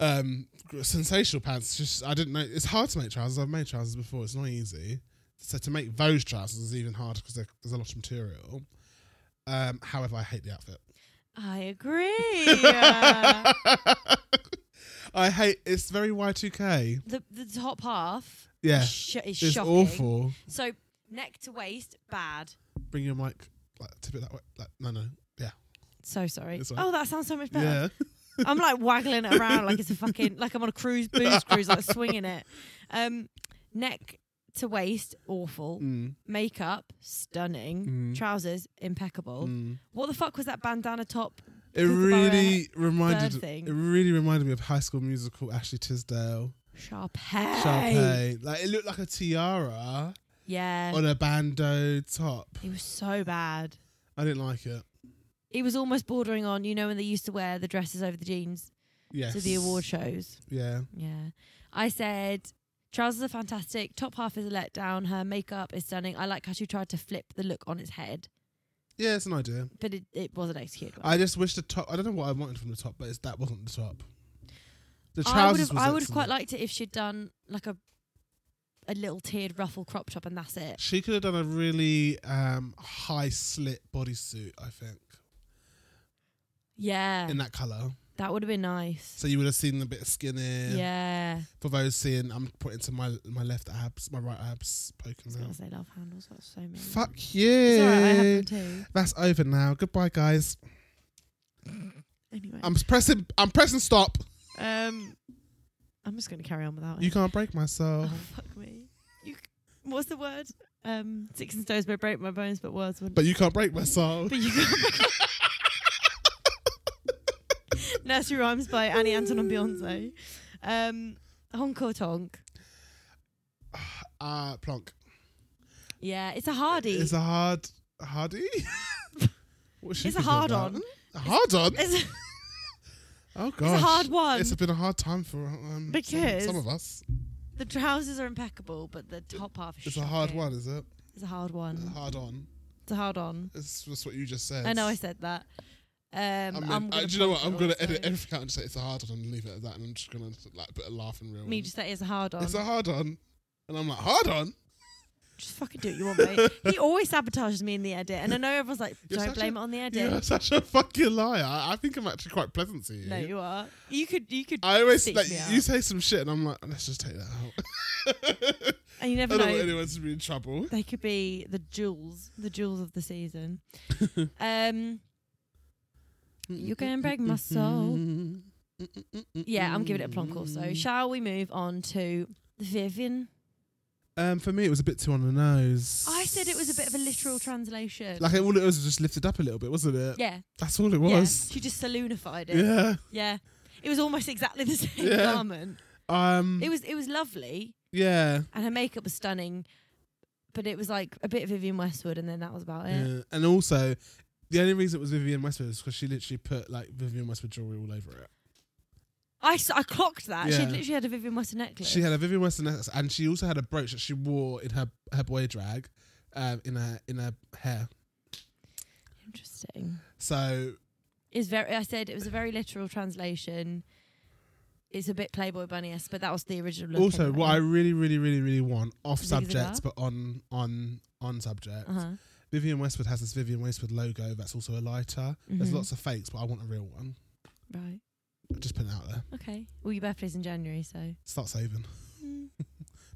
S1: um gr- sensational pants just i didn't know it's hard to make trousers i've made trousers before it's not easy so to make those trousers is even harder because there's a lot of material um however i hate the outfit
S3: I agree. Uh,
S1: i hate it's very y2k
S3: the, the top half
S1: yeah
S3: is, sh- is
S1: it's
S3: shocking.
S1: awful
S3: So neck to waist, bad.
S1: bring your mic like tip it that way like no no yeah
S3: So sorry.
S1: It's all right.
S3: Oh, that sounds so much better.
S1: yeah
S3: I'm like waggling it around like it's a fucking like I'm on a cruise booze cruise like swinging it. Um, neck to waist awful,
S1: mm,
S3: makeup stunning,
S1: mm,
S3: trousers impeccable.
S1: mm.
S3: What the fuck was that bandana top?
S1: it
S3: Kookaburra
S1: really reminded
S3: bird thing.
S1: it really reminded me of high school musical ashley tisdale
S3: Sharpay.
S1: Sharpay. Like it looked like a tiara
S3: Yeah,
S1: on a bandeau top.
S3: it was so bad.
S1: I didn't like it.
S3: It was almost bordering on you know when they used to wear the dresses over the jeans
S1: Yes.
S3: to the award shows.
S1: Yeah.
S3: Yeah. I said trousers are fantastic. Top half is a letdown. Her makeup is stunning. I like how she tried to flip the look on its head,
S1: Yeah, it's an idea.
S3: but it, it wasn't executed. Well.
S1: I just wish the top. I don't know what I wanted from the top, but it's, that wasn't the top. The
S3: I would
S1: trousers.
S3: have I would have quite
S1: like.
S3: liked it if she'd done like a a little tiered ruffle crop top and that's it.
S1: She could have done a really um, high slit bodysuit. I think
S3: Yeah.
S1: in that color,
S3: that would have been nice.
S1: so you would have seen a bit of skin
S3: Yeah.
S1: in. For those seeing, I'm pointing to my my left abs, my right abs
S3: I
S1: poking
S3: was gonna
S1: out.
S3: say love handles, that's so mean.
S1: Fuck
S3: It's
S1: you.
S3: alright, I have them too.
S1: That's over now. Goodbye, guys.
S3: Anyway.
S1: I'm pressing. I'm pressing stop.
S3: um I'm just gonna carry on without
S1: You
S3: it.
S1: can't break my soul.
S3: Oh, fuck me. You, what's the word? Um, sticks and stones may break my bones, but words wouldn't.
S1: But you can't break my soul.
S3: But you Nursery Rhymes by Annie Anton and Beyonce. Um, honk or tonk.
S1: Uh, plonk.
S3: Yeah, it's a hardy.
S1: It's a hard hardy. What's she
S3: It's a
S1: thinking
S3: hard
S1: about?
S3: on.
S1: A hard on.
S3: It's a-
S1: Oh gosh.
S3: hard one.
S1: It's been a hard time for um,
S3: Because-
S1: some, some of us.
S3: the trousers are impeccable, but the top half is
S1: It's a hard
S3: shocking.
S1: one, is it?
S3: It's a hard one.
S1: A hard on.
S3: It's a hard on.
S1: It's just what you just said.
S3: Um, I know I said that. Um,
S1: I mean,
S3: I'm
S1: uh,
S3: gonna
S1: do you know
S3: plonk
S1: what?
S3: it
S1: I'm
S3: all,
S1: gonna edit
S3: so-
S1: everything out and just say it's a hard on and leave it at that. And I'm just gonna like put a laugh and reel.
S3: Me
S1: in.
S3: just say it's a hard on.
S1: It's a hard on, and I'm like hard on.
S3: Just fucking do what you want, mate. he always sabotages me in the edit, and I know everyone's like,
S1: You're
S3: "Don't
S1: such
S3: blame
S1: a-
S3: it on the edit."
S1: You're such a fucking liar. I I think I'm actually quite pleasant to you.
S3: No, you are. You could, you could.
S1: I always
S3: stitch
S1: like
S3: me
S1: you
S3: up.
S1: say some shit, and I'm like, let's just take that out.
S3: and
S1: I
S3: you never
S1: don't
S3: know.
S1: want anyone to be in trouble.
S3: They could be the jewels, the jewels of the season. um, you can break my soul. Yeah, I'm giving it a plonk. Also,
S1: Mm.
S3: shall we move on to Vivian?
S1: Um, for me, it was a bit too on the nose.
S3: I said it was a bit of a literal translation.
S1: Like it, all it was was just lifted up a little bit, wasn't it?
S3: yeah,
S1: That's all it
S3: yeah.
S1: was.
S3: She just saloonified it. Yeah.
S1: Yeah.
S3: it was almost exactly the same
S1: Yeah.
S3: garment.
S1: Um.
S3: It was, it was lovely.
S1: yeah.
S3: and her makeup was stunning, but it was like a bit of Vivian Westwood, and then that was about it.
S1: yeah. And also, the only reason it was Vivian Westwood is because she literally put like Vivian Westwood jewelry all over it.
S3: I, s- I clocked that. She
S1: Yeah.
S3: literally had a Vivian Western necklace.
S1: She had a Vivian Western necklace, and she also had a brooch that she wore in her her boy drag, um, in her in her hair.
S3: Interesting.
S1: So
S3: It's very. I said it was a very literal translation. It's a bit Playboy Bunny esque, but that was the original. Look
S1: also,
S3: anyway.
S1: what I really, really, really, really want off
S3: Zig
S1: subject,
S3: Ziglar?
S1: but on on on subject.
S3: Uh-huh.
S1: Vivian Westwood has this Vivian Westwood logo that's also a lighter. There's
S3: Mhm.
S1: lots of fakes, but I want a real one.
S3: Right.
S1: Just put it out there.
S3: Okay. Well, your birthday's in January, so.
S1: Start saving. Mm.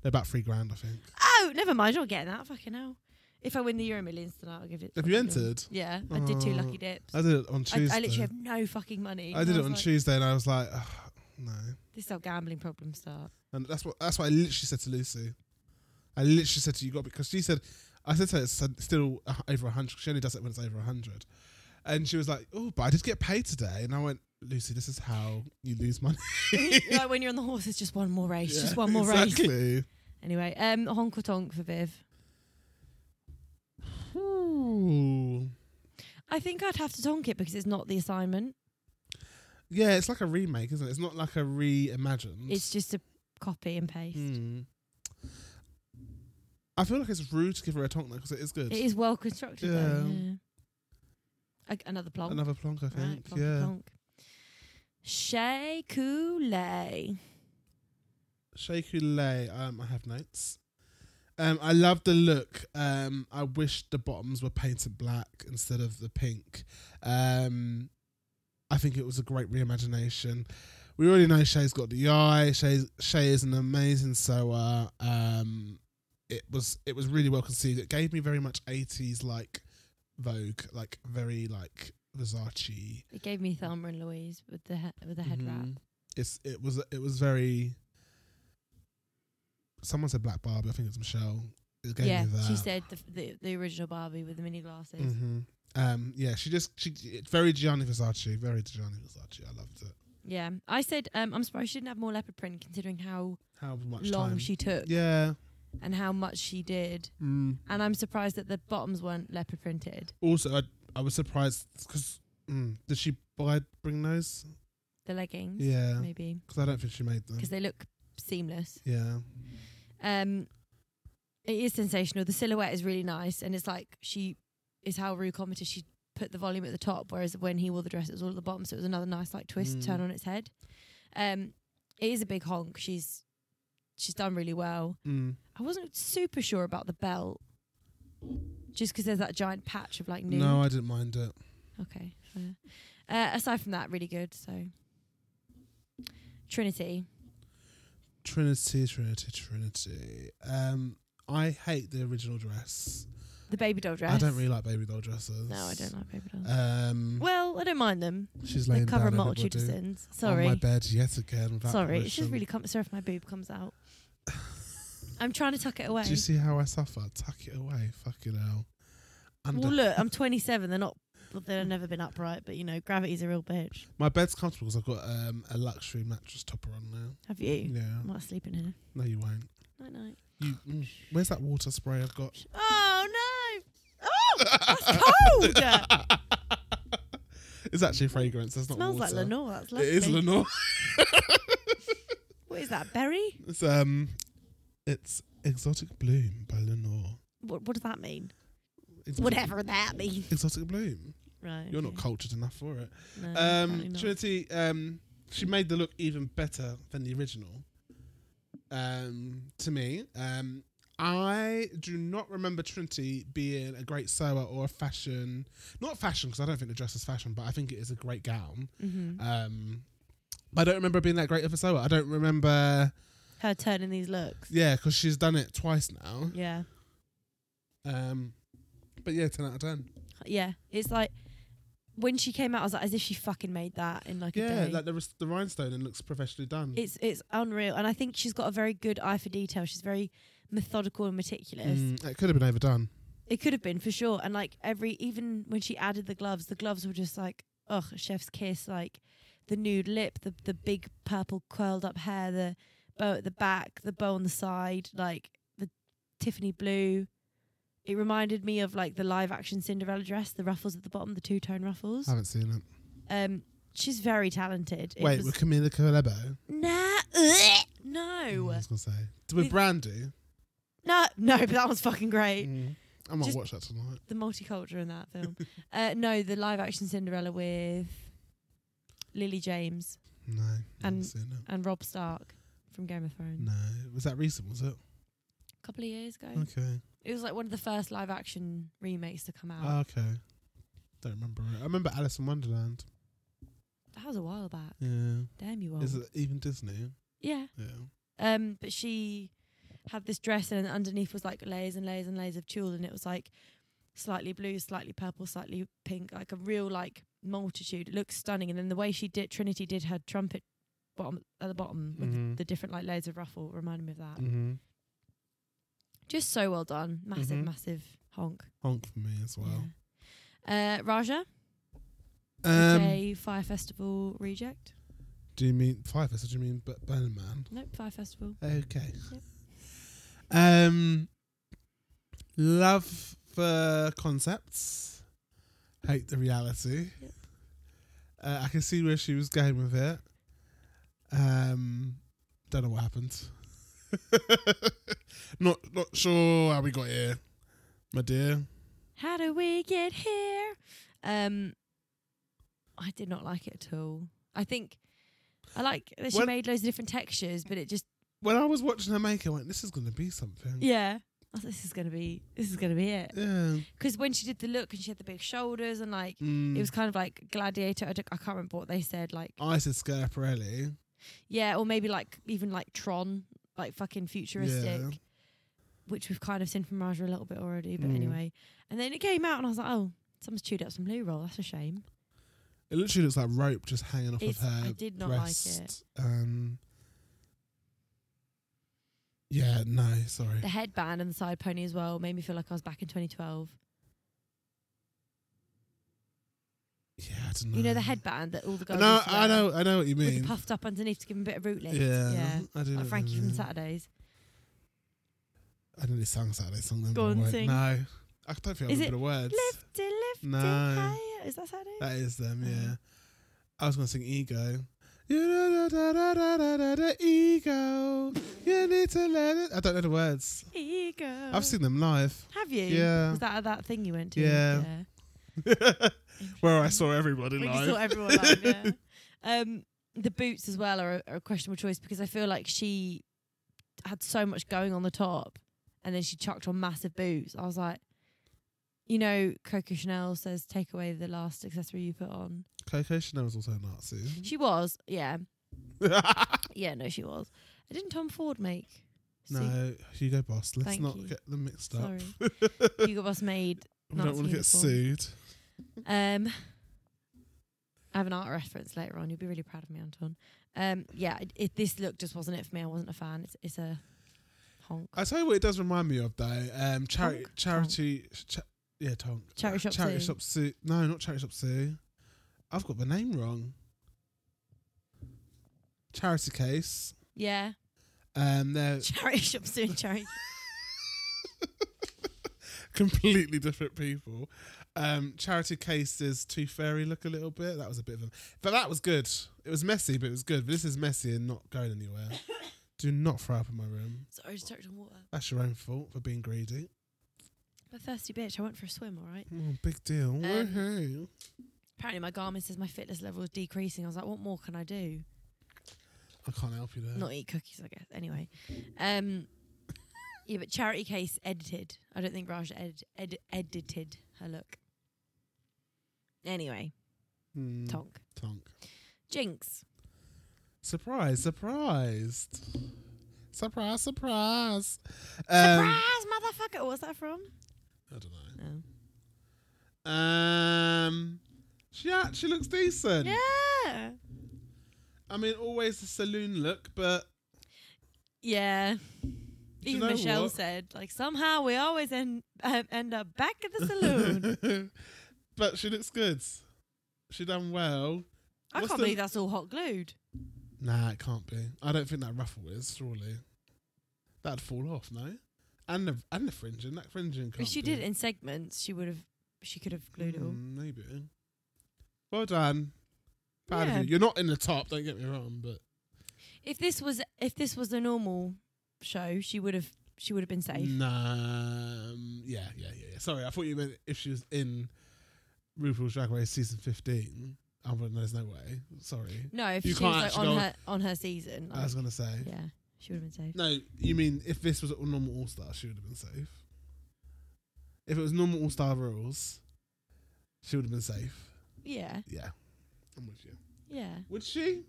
S1: They're about three grand, I think.
S3: Oh, never mind. You're getting that. Fucking hell. If I win the Euro Millions tonight, I'll give it.
S1: Have you
S3: I'll give it-
S1: entered?
S3: Yeah, I did two
S1: Oh,
S3: lucky dips. I,
S1: I did it on
S3: I
S1: Tuesday.
S3: literally have no fucking money.
S1: I
S3: And
S1: did it
S3: was
S1: on
S3: like,
S1: Tuesday, and I was like, "Ugh, no.
S3: This is how gambling problems start.
S1: And that's what that's what I literally said to Lucy. I literally said to you, got because she said, I said to her, it's still uh, over a hundred. She only does it when it's over a hundred, and she was like, oh, but I did get paid today, and I went, Lucy, this is how you lose money.
S3: like when you're on the horse, it's just one more race,
S1: Yeah,
S3: just one more race.
S1: exactly.
S3: Anyway, um, honk or tonk for Viv.
S1: Ooh.
S3: I think I'd have to tonk it because it's not the assignment.
S1: Yeah, it's like a remake, isn't it? It's not like a reimagined.
S3: It's just a copy and paste.
S1: Hmm. I feel like it's rude to give her a tonk though, because it is good.
S3: It is well constructed. Though,
S1: Yeah.
S3: yeah. Ag- another plonk.
S1: Another plonk, I
S3: Right,
S1: think.
S3: plonk,
S1: yeah.
S3: plonk. Shay Coulee.
S1: Shakulay. Um, I have notes. Um, I love the look. Um, I wish the bottoms were painted black instead of the pink. Um, I think it was a great reimagination. We already know Shay's got the eye. Shay Shay is an amazing sewer. Um, it was it was really well conceived. It gave me very much eighties like Vogue, like very like Versace.
S3: It gave me Thelma and Louise with the he- with the head wrap.
S1: Mhm. It's it was it was very. Someone said Black Barbie. I think it was Michelle. It gave
S3: Yeah,
S1: me that.
S3: she said the, the the original Barbie with the mini glasses.
S1: Mhm. Um, yeah, she just she it's very Gianni Versace, very Gianni Versace. I loved it.
S3: Yeah, I said um, I'm surprised she didn't have more leopard print considering how
S1: How much
S3: long
S1: time?
S3: she took
S1: yeah.
S3: and how much she did.
S1: Mm.
S3: And I'm surprised that the bottoms weren't leopard printed.
S1: Also, I I was surprised because mm, did she buy bring those?
S3: The leggings,
S1: Yeah,
S3: maybe
S1: because I don't think she made them.
S3: because they look seamless.
S1: Yeah,
S3: Um, it is sensational. The silhouette is really nice, and it's like she is how Rue commented. She put the volume at the top, whereas when he wore the dress, it was all at the bottom. So it was another nice like twist
S1: Mm.
S3: to turn on its head. Um, it is a big honk. She's she's done really well.
S1: mm.
S3: I wasn't super sure about the belt, just 'cause there's that giant patch of like new.
S1: no, I didn't mind it.
S3: Okay, fair. Uh, aside from that, really good. So Trinity.
S1: Trinity, Trinity, Trinity. Um, I hate the original dress.
S3: The baby doll dress.
S1: I don't really like baby doll dresses.
S3: No, I don't like baby dolls.
S1: Um,
S3: well, I don't mind them.
S1: she's
S3: They
S1: laying
S3: cover a
S1: down
S3: multitude of
S1: everybody
S3: sins.
S1: on Oh, my
S3: Sorry.
S1: bed yet again. Without
S3: Sorry. It's just
S1: permission.
S3: really com- sorry if my boob comes out. I'm trying to tuck it away.
S1: Do you see how I suffer? Tuck it away, fucking hell. uh, Under-
S3: Well, look, I'm 27. They're not. Well, they've never been upright, but you know, gravity's a real bitch.
S1: my bed's comfortable because I've got um, a luxury mattress topper on now.
S3: Have you? I
S1: Yeah,
S3: might sleep in here.
S1: no, you won't.
S3: Night night.
S1: You, mm, where's that water spray I've got?
S3: Oh no! Oh, that's cold.
S1: It's actually fragrance. That's not
S3: Smells like
S1: water.
S3: Lenore. That's
S1: It
S3: lovely.
S1: is Lenore.
S3: What is that? Berry?
S1: It's um, it's exotic bloom by Lenore.
S3: What, what does that mean?
S1: Exotic-
S3: Whatever that means.
S1: Exotic bloom.
S3: Right.
S1: You're not
S3: okay.
S1: cultured enough for it.
S3: No, apparently
S1: Um,
S3: not.
S1: Trinity, um, she made the look even better than the original. Um, to me, um, I do not remember Trinity being a great sewer or a fashion, not fashion because I don't think the dress is fashion, but I think it is a great gown.
S3: Mhm.
S1: Um, but I don't remember being that great of a sewer. I don't remember,
S3: Her turning these looks.
S1: yeah, because she's done it twice now.
S3: Yeah.
S1: Um, but yeah, ten out of ten.
S3: Yeah, it's like when she came out, I was like, as if she fucking made that in like a
S1: Yeah,
S3: day.
S1: like the, rest- the rhinestone and looks professionally done.
S3: it's it's unreal, and I think she's got a very good eye for detail. She's very methodical and meticulous.
S1: Mm, it could have been overdone.
S3: It could have been for sure, and like every even when she added the gloves, the gloves were just like, oh, chef's kiss, like the nude lip, the the big purple curled up hair, the bow at the back, the bow on the side, like the Tiffany blue. It reminded
S1: Oh.
S3: me of like the live action Cinderella dress, the ruffles at the bottom, the two tone ruffles.
S1: I haven't seen it.
S3: Um, She's very talented. It
S1: Wait,
S3: was-
S1: with Camila Cabello.
S3: nah, ugh,
S1: Mm, I
S3: no,
S1: was gonna say with
S3: With-
S1: Brandy.
S3: no, no. But that was fucking great.
S1: Mm. I might
S3: Just-
S1: watch that tonight.
S3: The multicultural in that film. uh, no, the live action Cinderella with Lily James
S1: No,
S3: And-
S1: and seen it.
S3: and Rob Stark from Game of Thrones.
S1: no, was that recent? Was it
S3: A couple of years ago,
S1: okay?
S3: it was like one of the first live action remakes to come out.
S1: Ah, okay, don't remember it. I remember Alice in Wonderland.
S3: that was a while back.
S1: Yeah,
S3: Damn you all.
S1: is it even Disney?
S3: Yeah.
S1: Yeah,
S3: Um, but she had this dress and underneath was like layers and layers and layers of tulle, and it was like slightly blue, slightly purple, slightly pink, like a real like multitude. It looks stunning, and then the way she did Trinity did her trumpet bottom at the bottom with
S1: Mhm.
S3: the different like layers of ruffle reminded me of that.
S1: mm-hmm.
S3: Just so well done, massive,
S1: Mhm.
S3: massive honk.
S1: honk for me as well.
S3: Yeah. Uh, Raja,
S1: Um,
S3: J Fire Festival reject.
S1: do you mean five? So do you mean but Burning Man?
S3: Nope, Fire Festival.
S1: Okay.
S3: Yep.
S1: Um, love for concepts, hate the reality.
S3: Yep.
S1: Uh, I can see where she was going with it. Um, don't know what happened. not not sure how we got here, my dear.
S3: How do we get here? Um, I did not like it at all. I think I like that she
S1: When-
S3: made loads of different textures, but it just
S1: When I was watching her make, I went, "This is going to be something."
S3: yeah. I was like, oh, this is gonna be this is gonna be it.
S1: Yeah.
S3: 'Cause when she did the look and she had the big shoulders and like
S1: Mm.
S3: it was kind of like gladiator. I, don't, I can't remember what they said. Like
S1: I said Scarparelli.
S3: yeah, or maybe like even like Tron, like fucking futuristic.
S1: Yeah.
S3: Which we've kind of seen from Raja a little bit already, but
S1: Mm.
S3: anyway. And then it came out, and I was like, "Oh, someone's chewed up some loo roll. That's a shame."
S1: It literally looks like rope just hanging off
S3: It's-
S1: of her.
S3: I did not like
S1: breast.
S3: it.
S1: Um, yeah, no, sorry.
S3: The headband and the side pony as well made me feel like I was back in 2012.
S1: Yeah, I don't know.
S3: You know the headband that all the girls.
S1: Mm. No,
S3: used to
S1: I
S3: wear
S1: know, I know what you
S3: With
S1: mean.
S3: the puffed up underneath to give 'em a bit of root lift.
S1: yeah, I do. know
S3: Like
S1: what
S3: Frankie
S1: you
S3: from
S1: mean.
S3: Saturdays.
S1: I nearly sang Saturday song. Then
S3: Go
S1: but I
S3: on,
S1: won't.
S3: sing.
S1: No, I don't think I
S3: Is
S1: remember
S3: it
S1: the words.
S3: Lift it, lift
S1: No.
S3: it higher. Is that Saturday?
S1: That is them.
S3: Oh.
S1: Yeah, I was gonna sing ego. You know, da, da, da, da, da, da, ego. You need to let it. I don't know the words.
S3: Ego.
S1: I've seen them live.
S3: Have you?
S1: Yeah.
S3: Was that at that thing you went to?
S1: Yeah. Where I saw everybody
S3: We
S1: live.
S3: just saw everyone live, yeah. Um, the boots as well are a, are a questionable choice because I feel like she had so much going on the top, and then she chucked on massive boots. I was like, you know, Coco Chanel says take away the last accessory you put on.
S1: Coco Chanel was also a Nazi.
S3: She was, yeah, yeah, no, she was. Didn't Tom Ford make?
S1: no, Hugo Boss. Let's
S3: Thank
S1: not
S3: you.
S1: get them mixed up.
S3: sorry, Hugo Boss made.
S1: we don't
S3: Nazi
S1: want to get
S3: uniform.
S1: sued.
S3: Um, I have an art reference later on. You'll be really proud of me, Anton. Um, yeah, it, it, this look just wasn't it for me. I wasn't a fan. It's it's a honk.
S1: I tell you what, it does remind me of though. Um, chari-
S3: Tonk?
S1: charity, cha- yeah, Tonk.
S3: Charity Shop
S1: Charity
S3: Sue.
S1: shop Sue. No, not charity shop Sue. I've got the name wrong. Charity case.
S3: Yeah,
S1: Um, they're
S3: charity shops doing charity.
S1: completely different people. Um, charity cases Tooth Fairy look a little bit. That was a bit of a, but that was good. It was messy, but it was good. But this is messy and not going anywhere. Do not throw up in my room.
S3: Sorry, just choked on water.
S1: That's your own fault for being greedy.
S3: I'm a thirsty bitch. I went for a swim. All right.
S1: Oh, big deal.
S3: Um,
S1: Woohoo.
S3: Apparently, my Garmin says my fitness level is decreasing. I was like, what more can I do?
S1: I can't help you there.
S3: Not eat cookies, I guess. Anyway, um, yeah, but charity case edited. I don't think Raj ed- ed- edited her look. Anyway,
S1: Hmm,
S3: tonk.
S1: Tonk.
S3: Jinx.
S1: Surprise, surprised. Surprise, surprise. Um,
S3: Surprise, motherfucker! What's that from?
S1: I don't know.
S3: No.
S1: Um, she actually looks decent.
S3: Yeah.
S1: I mean, always the saloon look, but
S3: Yeah.
S1: Do you
S3: Even
S1: know
S3: Michelle
S1: what?
S3: said, like, somehow we always end um, end up back at the saloon.
S1: but she looks good. She done well.
S3: I
S1: What's
S3: can't
S1: the-
S3: believe that's all hot glued.
S1: Nah, it can't be. I don't think that ruffle is surely. That'd fall off, no. And the and the fringing, that fringing. Can't
S3: If she
S1: be.
S3: did it in segments, she would have, she could have glued it all.
S1: Mm, Maybe. Well done. Proud
S3: Yeah.
S1: of you. You're not in the top, don't get me wrong, but
S3: If this was if this was the normal show, she would have she would have been safe.
S1: Nah, um, yeah, yeah, yeah, yeah. Sorry, I thought you meant if she was in RuPaul's Drag Race season 15. I wouldn't, there's no way. Sorry.
S3: No, if
S1: You
S3: she
S1: can't
S3: was like
S1: actually
S3: on
S1: go-
S3: her on her season,
S1: I
S3: like,
S1: was going to say.
S3: yeah, she would have been safe.
S1: No, you mean if this was a normal All Star, she would have been safe. If it was normal All Star rules, she would have been safe.
S3: Yeah,
S1: Yeah. I'm with you.
S3: yeah.
S1: Would she?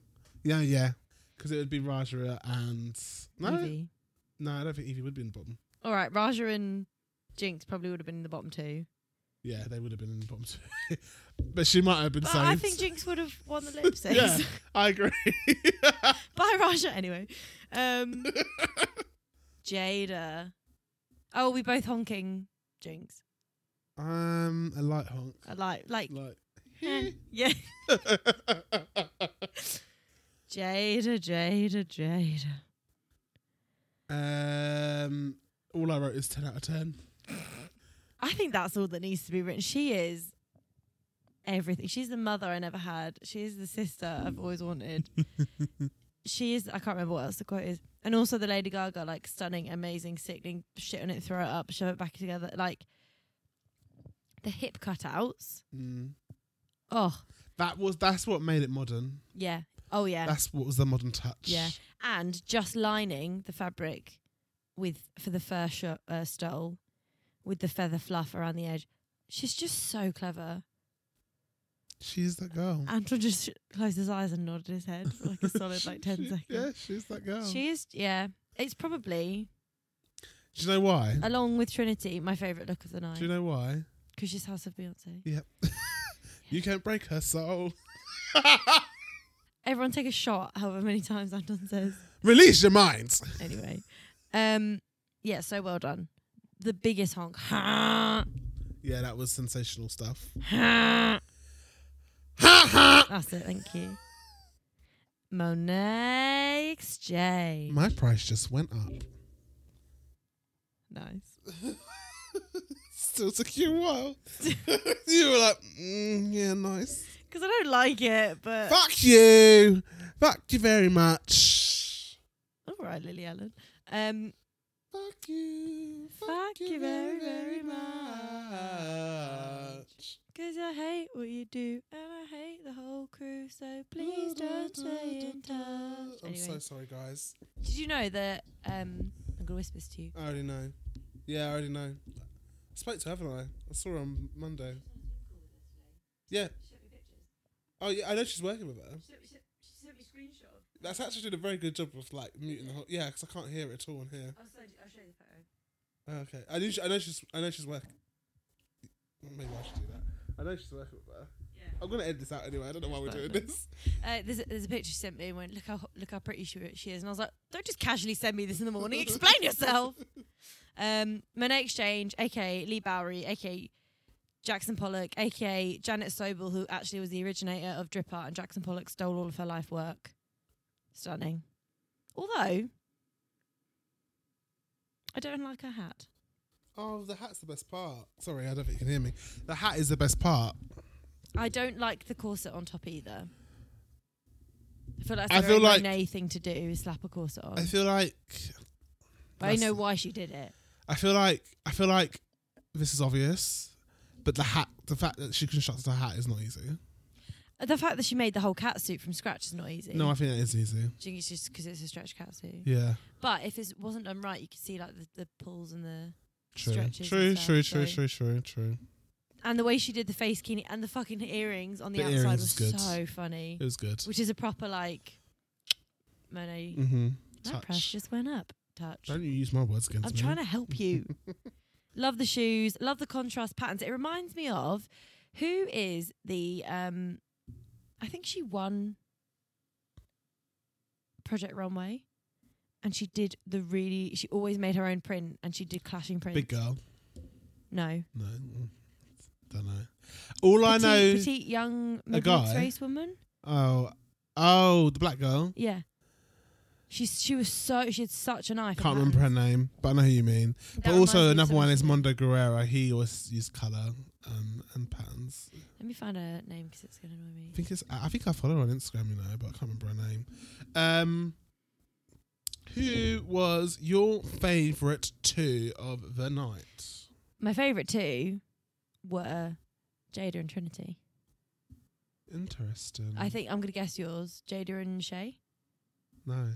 S1: Yeah, yeah. Because it would be Rajra and. No?
S3: Evie.
S1: No, I don't think Evie would be in the bottom.
S3: All right, Raja and Jinx probably would have been in the bottom two.
S1: Yeah, they would have been in the bottom two. but she might have been
S3: But
S1: saved.
S3: I think Jinx would have won the lip syncs
S1: Yeah. I agree.
S3: by Raja anyway. Um, Jada. Oh, we both honking Jinx.
S1: um, a light honk.
S3: I like like
S1: Like,
S3: eh, yeah. Jada, Jada, Jada.
S1: um, all I wrote is 10 out of 10.
S3: I think that's all that needs to be written. She is everything. She's the mother I never had. She is the sister I've always wanted. she is. I can't remember what else the quote is. And also the Lady Gaga, like stunning, amazing, sickening. Shit on it, throw it up, shove it back together. Like the hip cutouts.
S1: Mm.
S3: Oh
S1: That was that's what made it modern.
S3: yeah. Oh yeah.
S1: That's what was the modern touch.
S3: Yeah. and just lining the fabric with for the fur sh- uh, stole with the feather fluff around the edge. She's just so clever.
S1: she's that girl.
S3: Anton just closed his eyes and nodded his head for like a solid like ten
S1: She-
S3: seconds.
S1: Yeah, she's that girl.
S3: She is, yeah. It's probably
S1: Do you know why?
S3: along with Trinity my favourite look of the night
S1: Do you know why?
S3: because she's House of Beyonce.
S1: Yep. you can't break her soul.
S3: Everyone take a shot, however many times Anton says.
S1: Release your minds.
S3: Anyway, um, yeah, so well done. The biggest honk. That's
S1: Yeah, that was sensational stuff.
S3: it. Thank you. Monet Exchange.
S1: My price just went up.
S3: nice.
S1: Still took you a while. you were like, mm, yeah, nice.
S3: Because I don't like it, but
S1: Fuck you. Fuck you very much.
S3: all right, Lily Allen. Um,
S1: Fuck you.
S3: Fuck you very, very much. Cause I hate what you do, and I hate the whole crew. So please don't stay in touch.
S1: I'm
S3: Anyway,
S1: so sorry, guys.
S3: did you know that? Um, I'm gonna whisper this to you.
S1: I already know. Yeah, I already know. I spoke to her, haven't I? I saw her on Monday. Yeah. Oh, yeah, I know she's working with her. That's actually doing a very good job of like muting the whole. Yeah, because I can't hear it at all in here. Oh, Okay, I knew she, I know she's I know she's working. Maybe I should do that. I know she's working with her. I'm gonna edit this out anyway. I don't know why we're doing
S3: Perfect.
S1: this.
S3: Uh, there's, a, there's a picture she sent me and went, look how look how pretty she, she is, and I was like, don't just casually send me this in the morning. Explain yourself. Um, Monet Exchange, aka Lee Bowery, aka Jackson Pollock, aka Janet Sobel, who actually was the originator of drip art, and Jackson Pollock stole all of her life work. Stunning. Although, I don't like her hat.
S1: Oh, the hat's the best part. Sorry, I don't think you can hear me. The hat is the best part.
S3: I don't like the corset on top either. I feel like
S1: I
S3: that's a
S1: feel
S3: very
S1: like-
S3: Monet thing to do is slap a corset on.
S1: I feel like
S3: But I
S1: That's-
S3: know why she did it.
S1: I feel like I feel like this is obvious, but the hat, the fact that she constructed a hat is not easy.
S3: The fact that she made the whole catsuit from scratch is not easy.
S1: No, I think that is easy.
S3: I think it's just because it's a stretch catsuit.
S1: Yeah,
S3: But if it wasn't done right, you could see like the, the pulls and the
S1: true,
S3: Stretches
S1: true,
S3: and stuff,
S1: true, true,
S3: so-
S1: true, true, true.
S3: and the way she did the face kini and the fucking earrings on the,
S1: The
S3: outside
S1: earrings
S3: was
S1: is good.
S3: so funny,
S1: It was good.
S3: which is a proper like Monet.
S1: Mm-hmm.
S3: That price
S1: Touch.
S3: just went up. Touch.
S1: Don't you use my words against
S3: I'm
S1: me?
S3: trying to help you. love the shoes. Love the contrast patterns. It reminds me of who is the um I think she won Project Runway and she did the really she always made her own print and she did clashing prints.
S1: Big girl.
S3: No.
S1: No, mm, don't know. All I
S3: petite,
S1: know.
S3: petite young middle
S1: guy?
S3: race woman.
S1: Oh, oh, the black girl.
S3: Yeah. She's she was so she had such an eye. for
S1: Can't
S3: patterns.
S1: remember her name, but I know who you mean.
S3: That
S1: but also
S3: reminds me of
S1: another one
S3: someone
S1: is
S3: she-
S1: Mondo Guerrera. He always used color um, and patterns.
S3: Let me find a name because it's going to annoy me.
S1: I think it's. I I think I follow her on Instagram, you know, but I can't remember her name. Um, who was your favourite two of the night?
S3: My favourite two were Jada and Trinity.
S1: Interesting.
S3: I think I'm going to guess yours, Jada and Shay.
S1: no.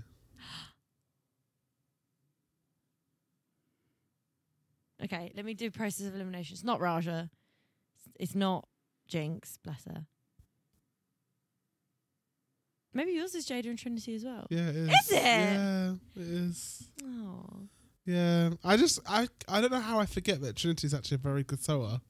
S3: Okay, let me do process of elimination. It's not Raja. It's- It's not Jinx, bless her. Maybe yours is Jada and Trinity as well.
S1: Yeah, it is.
S3: it?
S1: Yeah, it is.
S3: Oh,
S1: Yeah, I just I I don't know how I forget that Trinity's actually a very good sewer.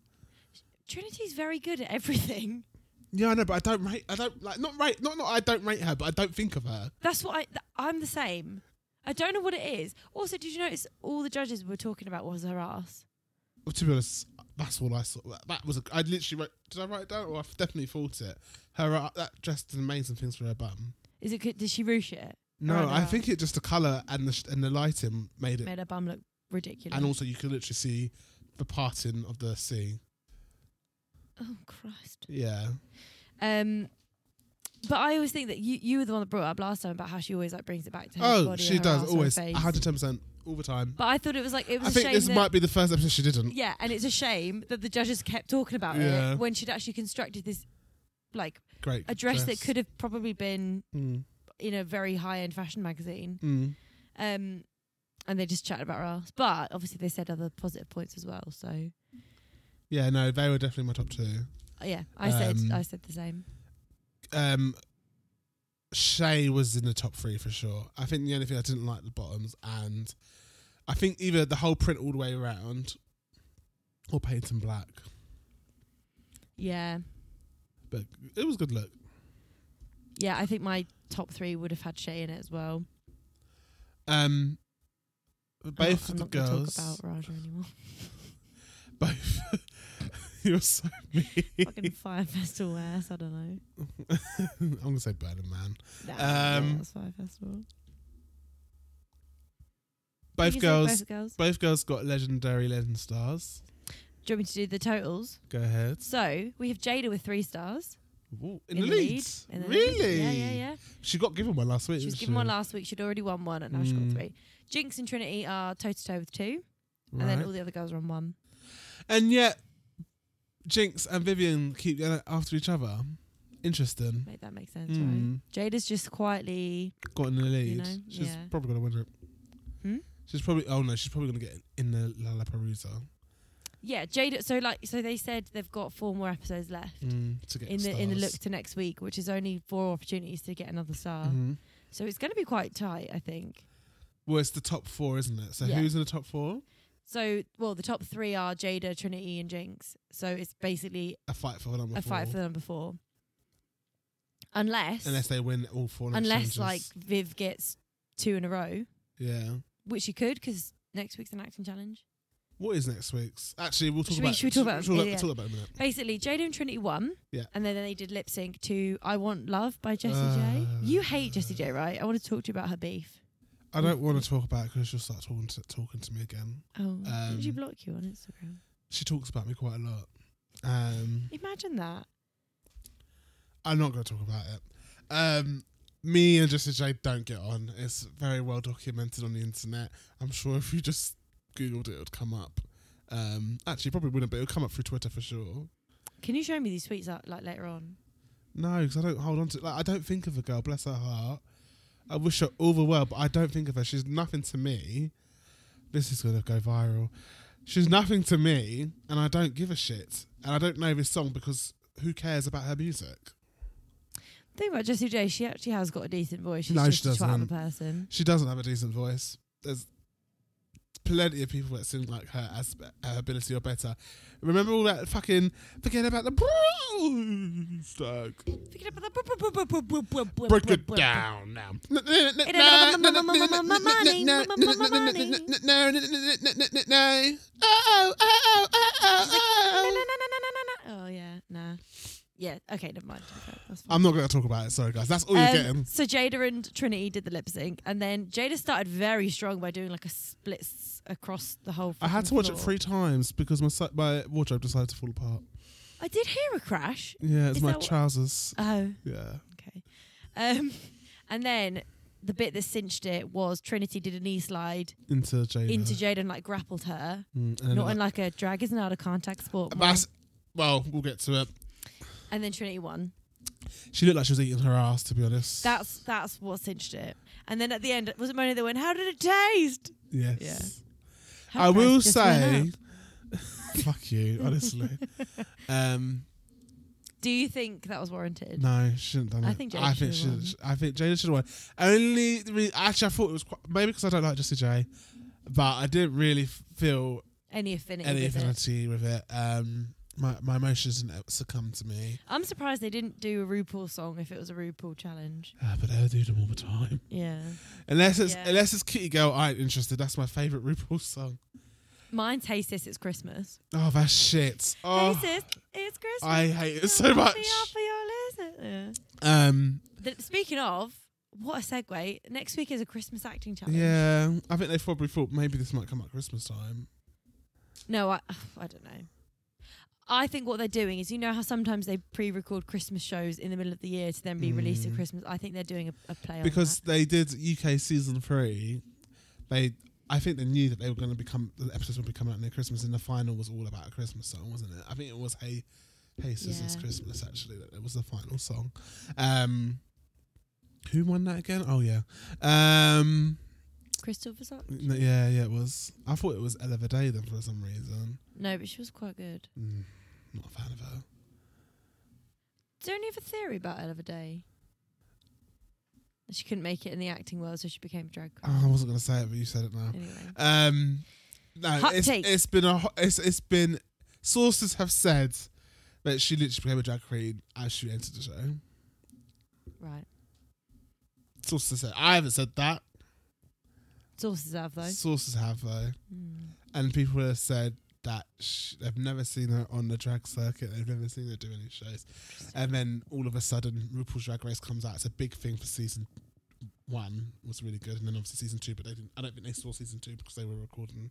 S3: Trinity's very good at everything.
S1: Yeah, I know, but I don't rate. I don't like not rate. Not not I don't rate her, but I don't think of her.
S3: That's what I. Th- I'm the same. I don't know what it is. Also, did you notice all the judges we were talking about was her ass?
S1: Well, to be honest, that's all I saw. That, that was a, I literally wrote. Did I write it down? Or I definitely thought it. Her uh, that dress did amazing things for her bum.
S3: Is it? good? Did she roosh it?
S1: No,
S3: Around her
S1: I
S3: arse.
S1: think it just the color and the sh- and the lighting made it.
S3: Made her bum look ridiculous.
S1: and also, you could literally see the parting of the sea.
S3: oh Christ.
S1: Yeah,
S3: Um, but I always think that you you were the one that brought up last time about how she always like brings it back to her
S1: Oh,
S3: body,
S1: she
S3: her
S1: does
S3: arse, her
S1: always.
S3: face.
S1: hundred ten percent all the time.
S3: But I thought it was like it was
S1: I
S3: a
S1: think
S3: shame
S1: this
S3: that
S1: might be the first episode she didn't.
S3: yeah, and it's a shame that the judges kept talking about
S1: Yeah.
S3: it when she'd actually constructed this like
S1: Great
S3: a dress, that could have probably been
S1: Mm.
S3: in a very high end fashion magazine.
S1: Mm.
S3: Um, and they just chatted about her ass, but obviously they said other positive points as well. So uh,
S1: Yeah, no, they were definitely my top two.
S3: yeah, I said
S1: Um,
S3: I said the same.
S1: Um, Shay was in the top three for sure. I think the only thing I didn't like the bottoms, and I think either the whole print all the way around or paint in black.
S3: Yeah,
S1: But it was a good look.
S3: yeah, I think my top three would have had Shay in it as well.
S1: Um,
S3: I'm
S1: both
S3: not, I'm
S1: of the
S3: not gonna
S1: girls.
S3: talk about Raja anymore.
S1: Both. You're so mean.
S3: Fucking fire festival ass. I don't know.
S1: I'm gonna say Burning Man.
S3: Nah,
S1: Um,
S3: yeah, that's fire festival.
S1: Both
S3: You said
S1: girls.
S3: Both girls.
S1: Both girls got legendary legend stars.
S3: Do you want me to do the totals?
S1: Go ahead.
S3: So we have Jada with three stars
S1: Ooh, in, the, lead.
S3: In the lead.
S1: really?
S3: Yeah, yeah, yeah.
S1: She got given one last week.
S3: She was
S1: didn't
S3: given one last week. She'd already won one, and now she's
S1: Mm.
S3: got three. Jinx and Trinity are toe to toe with two,
S1: Right.
S3: and then all the other girls are on one.
S1: And yet, Jinx and Vivian keep going after each other. Interesting.
S3: Make that make sense,
S1: Mm.
S3: right? Jada's just quietly.
S1: Got in the lead.
S3: know,
S1: She's
S3: yeah.
S1: probably gonna win it.
S3: Hmm?
S1: She's probably. Oh no, she's probably gonna get in the Lollapalooza
S3: Yeah, Jada. So like, so they said they've got four more episodes left
S1: mm, to get
S3: in the in the look
S1: stars.
S3: to next week, which is only four opportunities to get another star.
S1: Mhm.
S3: So it's going to be quite tight, I think.
S1: Well, it's the top four, isn't it? So
S3: Yeah.
S1: who's in the top four?
S3: So well, the top three are Jada, Trinity, and Jinx. So it's basically
S1: A fight for the number
S3: a
S1: four.
S3: fight for the number four. Unless
S1: Unless they win all four. next
S3: unless
S1: challenges.
S3: like Viv gets two in a row,
S1: Yeah.
S3: which she could 'cause next week's an acting challenge.
S1: What is next week's? Actually, we'll talk
S3: Should we-
S1: about.
S3: should we talk about-
S1: We'll talk,
S3: yeah, yeah.
S1: talk about it in a minute.
S3: Basically, Jada and Trinity won,
S1: Yeah.
S3: and then they did lip sync to "I Want Love" by Jessie J. You hate Jessie J, right? I want to talk to you about her beef.
S1: Uh, I don't want to talk about it because she'll start talking to, talking to me again.
S3: Oh, did she
S1: Um,
S3: block you on Instagram?
S1: She talks about me quite a lot. Um,
S3: Imagine that.
S1: I'm not going to talk about it. Um, me and Jessica J don't get on. It's very well documented on the internet. I'm sure if you just googled it, it would come up. Um, actually, it probably wouldn't, but it'll come up through Twitter for sure.
S3: Can you show me these tweets out, like later on?
S1: No, because I don't hold on to. Like, I don't think of a girl. Bless her heart. I wish her all the world, but I don't think of her. She's nothing to me. This is gonna go viral. She's nothing to me, and I don't give a shit. And I don't know this song because who cares about her music?
S3: Think about Jessie J. She actually has got a decent voice. She's
S1: No,
S3: just
S1: she
S3: a twat of a
S1: doesn't.
S3: person.
S1: She doesn't have a decent voice. There's plenty of people that sing like her as her ability or better. Remember all that fucking forget about the bruise. Like, break it down now. Oh, oh, oh, oh, oh, oh. Um,
S3: Oh yeah, nah. yeah. Okay, never mind. Okay, That's fine.
S1: I'm not going to talk about it. Sorry, guys. That's all Oh, you're
S3: Um,
S1: getting.
S3: So Jada and Trinity did the lip sync, and then Jada started very strong by doing like a split s- across the whole.
S1: I had
S3: fucking
S1: to watch it
S3: floor.
S1: three times because my si- my wardrobe decided to fall apart.
S3: I did hear a crash.
S1: Yeah, it's
S3: Is
S1: my
S3: that what-
S1: trousers.
S3: Oh,
S1: Yeah.
S3: okay. Um, and then the bit that cinched it was Trinity did a knee slide
S1: Into Jada.
S3: into Jada and like grappled her.
S1: Mm, and
S3: Not
S1: then-
S3: in like a drag isn't out of contact sport. one.
S1: That's, well, we'll get to it.
S3: And then Trinity won.
S1: She looked like she was eating her ass, to be honest.
S3: That's that's what cinched it. And then at the end, was it Mona that went? How did it taste?
S1: yes.
S3: Yeah. Her
S1: I will
S3: price just went
S1: say,
S3: up.
S1: fuck you, honestly. um,
S3: do you think that was warranted?
S1: no, she shouldn't have done
S3: I
S1: it.
S3: think Jada
S1: I think
S3: should have
S1: she- I think Jada should have won. Only the re- actually, I thought it was quite, maybe because I don't like Jessie J, but I didn't really feel
S3: Any affinity?
S1: any
S3: with it?
S1: affinity with it. Um, my my emotions didn't succumb to me,
S3: I'm surprised they didn't do a RuPaul song if it was a RuPaul challenge.
S1: Ah, but I do them all the time.
S3: Yeah.
S1: Unless it's
S3: Yeah.
S1: unless it's Kitty Girl, I ain't interested. That's my favorite RuPaul song.
S3: Mine's Hey Sis, It's Christmas.
S1: Oh, that shit. Oh,
S3: hey Sis, It's Christmas.
S1: I hate it so much.
S3: Me up for your listen. Yeah.
S1: Um,
S3: Th- speaking of, what a segue. Next week is a Christmas acting challenge.
S1: yeah, I think they probably thought maybe this might come at Christmas time.
S3: No, I, I don't know. I think what they're doing is, you know how sometimes they pre-record Christmas shows in the middle of the year to then be released at
S1: Mm.
S3: Christmas. I think they're doing a, a play
S1: because they did UK season three, they I think they knew that they were going to become the episodes would be coming out near Christmas, and the final was all about a Christmas song, wasn't it? I think it was Hey Hey Sis It's
S3: Yeah.
S1: Christmas actually that that was the final song. Um, who won that again? Oh yeah, um,
S3: on that. Crystal Versace.
S1: no, yeah yeah it was. I thought it was Ella Day then for some reason.
S3: No, but she was quite good.
S1: Mm, not a fan of her.
S3: Don't you have a theory about Ella Day? She couldn't make it in the acting world, so she became a drag queen.
S1: Oh, I wasn't going to say it, but you said it now.
S3: Anyway,
S1: Um, no,
S3: Hot
S1: it's,
S3: take.
S1: it's been a ho- it's it's been sources have said that she literally became a drag queen as she entered the show.
S3: right.
S1: Sources said I haven't said that.
S3: Sources have though.
S1: Sources have though,
S3: Mm.
S1: and people have said that sh they've never seen her on the drag circuit. They've never seen her do any shows, and then all of a sudden RuPaul's Drag Race comes out. It's a big thing for season one was really good, and then obviously season two. But they didn't. I don't think they saw season two because they were recording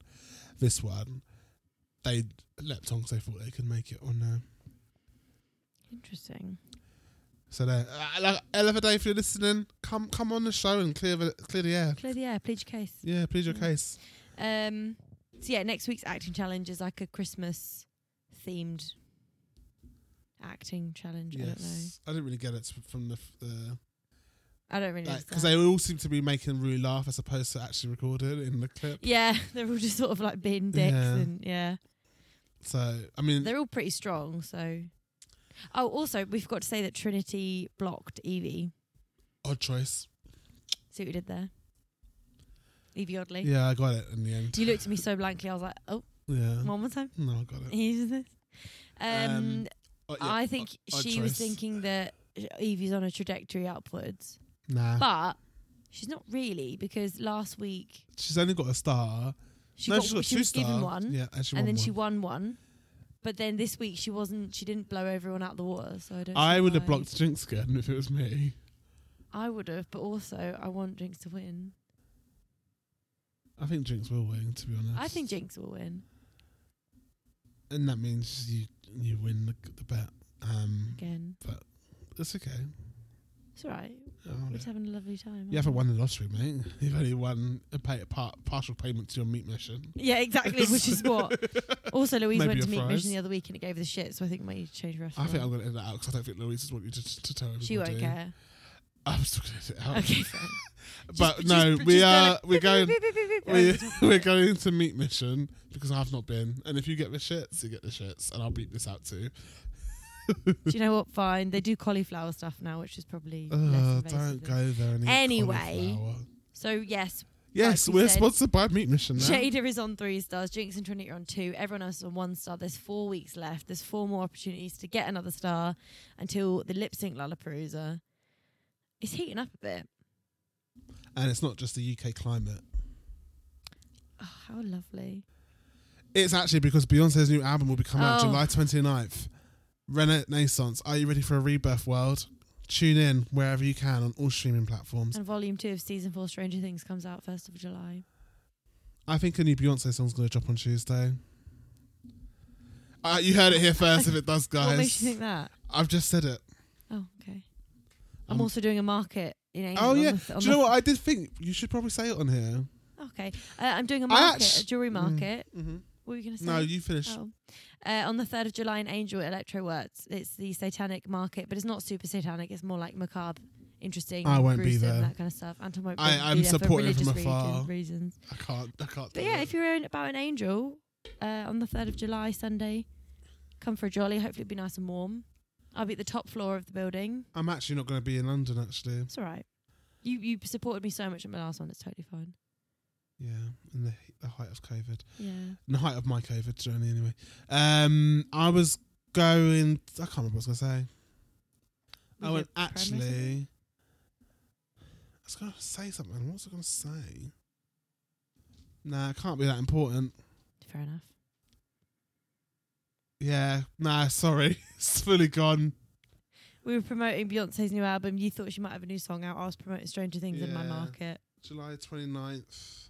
S1: this one. They leapt on because they thought they could make it on there.
S3: Interesting.
S1: So there, uh, like Elevator Day, if you're listening, come come on the show and clear the clear the air.
S3: Clear the air, plead your case.
S1: Yeah, plead your
S3: Yeah.
S1: case.
S3: Um, so yeah, next week's acting challenge is like a Christmas themed acting challenge. I don't know.
S1: Yes, I, didn't really get it from the the
S3: I don't really
S1: because
S3: understand.
S1: they all seem to be making Rue laugh as opposed to actually recorded in the clip.
S3: yeah, they're all just sort of like being dicks
S1: Yeah.
S3: and yeah,
S1: So I mean,
S3: they're all pretty strong. So, oh, also we've got to say that Trinity blocked Evie.
S1: odd choice.
S3: See what we did there, Evie Oddly.
S1: Yeah, I got it in the end.
S3: You looked at me so blankly. I was like, oh,
S1: Yeah,
S3: one more time.
S1: no, I got it.
S3: Here's this.
S1: Um,
S3: Um,
S1: Oh, yeah,
S3: I think
S1: odd
S3: she was
S1: choice.
S3: thinking that Evie's on a trajectory upwards,
S1: Nah,
S3: but she's not really because last week
S1: she's only got a star.
S3: she
S1: no,
S3: got,
S1: she's got
S3: she
S1: two
S3: was given
S1: stars.
S3: one.
S1: Yeah, and she
S3: and
S1: won
S3: then she
S1: one.
S3: won one. But then this week she wasn't. She didn't blow everyone out the water. So I don't.
S1: I
S3: see
S1: would have
S3: why.
S1: blocked Jinx again if it was me.
S3: I would have, but also I want Jinx to win.
S1: I think Jinx will win, to be honest.
S3: I think Jinx will win.
S1: and that means you you win the, the bet. Um,
S3: Again,
S1: that's okay.
S3: it's all right.
S1: Oh,
S3: We're
S1: yeah.
S3: just having a lovely time.
S1: You haven't won the lottery, mate. You've only won a pay, part, partial payment to your meat mission.
S3: Yeah, exactly. Which is what. Also, Louise
S1: Maybe
S3: went
S1: a
S3: to meet Mission
S1: fries.
S3: the other week and it gave her the shit. So I think we might need to change
S1: I
S3: restaurant.
S1: think I'm going to end that out because I don't think Louise just want you to, to tell everybody.
S3: she won't care.
S1: I'm still going to edit it out.
S3: Okay, fine.
S1: But
S3: Just-
S1: no,
S3: just-
S1: we
S3: just
S1: are
S3: go like,
S1: we're going
S3: beep, beep, beep, beep, beep,
S1: we,
S3: over the top.
S1: we're going to meat mission because I've not been. And if you get the shits, you get the shits, and I'll beat this out too.
S3: Do you know what? Fine. They do cauliflower stuff now, which is probably
S1: Uh,
S3: less invasive.
S1: don't
S3: than-
S1: go there and eat
S3: Anyway,
S1: cauliflower.
S3: So yes,
S1: Yes,
S3: we
S1: we're
S3: said-
S1: sponsored by Meat Mission now.
S3: Jada is on three stars. Jinx and Trinity are on two. Everyone else is on one star. There's four weeks left. There's four more opportunities to get another star until the lip sync Lollapalooza is heating up a bit.
S1: And it's not just the UK climate.
S3: Oh, how lovely.
S1: It's actually because Beyonce's new album will be coming out
S3: Oh.
S1: July 29th. Renaissance. Are you ready for a rebirth world? Tune in wherever you can on all streaming platforms.
S3: And volume two of season four Stranger Things comes out first of July.
S1: I think a new Beyonce song's going to drop on Tuesday. Uh, you heard it here first if it does, guys.
S3: What makes you think that?
S1: I've just said it.
S3: Oh, okay. I'm
S1: Um,
S3: also doing a market in England.
S1: Oh,
S3: on
S1: yeah.
S3: the th- on
S1: Do you know
S3: the-
S1: what? I did think you should probably say it on here.
S3: Okay. Uh, I'm doing a
S1: I
S3: market,
S1: actu-
S3: a jewelry
S1: Mm.
S3: market.
S1: Mm-hmm.
S3: What were you going to say?
S1: No, you finished.
S3: Oh. Uh, on the 3rd of July in Angel at Electro Works. It's the satanic market, but it's not super satanic. It's more like macabre, interesting.
S1: I won't be
S3: gruesome,
S1: there.
S3: That kind of stuff. Anton won't
S1: I
S3: be
S1: am
S3: there for
S1: supporting from
S3: religious region-
S1: afar.
S3: reasons.
S1: I can't. I can't.
S3: But
S1: do
S3: yeah,
S1: it.
S3: if you're in, about an angel uh, on the 3rd of July, Sunday, come for a jolly. Hopefully it'll be nice and warm. I'll be at the top floor of the building.
S1: I'm actually not going to be in London, actually.
S3: It's all right. You, you supported me so much at my last one. It's totally fine.
S1: Yeah, in the, he- the height of COVID.
S3: Yeah.
S1: In the height of my COVID journey, anyway. Um, I was going. I can't remember what I was going to say.
S3: We
S1: I went,
S3: did premise, I think.
S1: actually. I was going to say something. What was I going to say? Nah, it can't be that important.
S3: Fair enough.
S1: Yeah, nah, sorry. it's fully gone.
S3: We were promoting Beyonce's new album. You thought she might have a new song out. I was promoting Stranger Things in my
S1: Yeah.
S3: market.
S1: July 29th.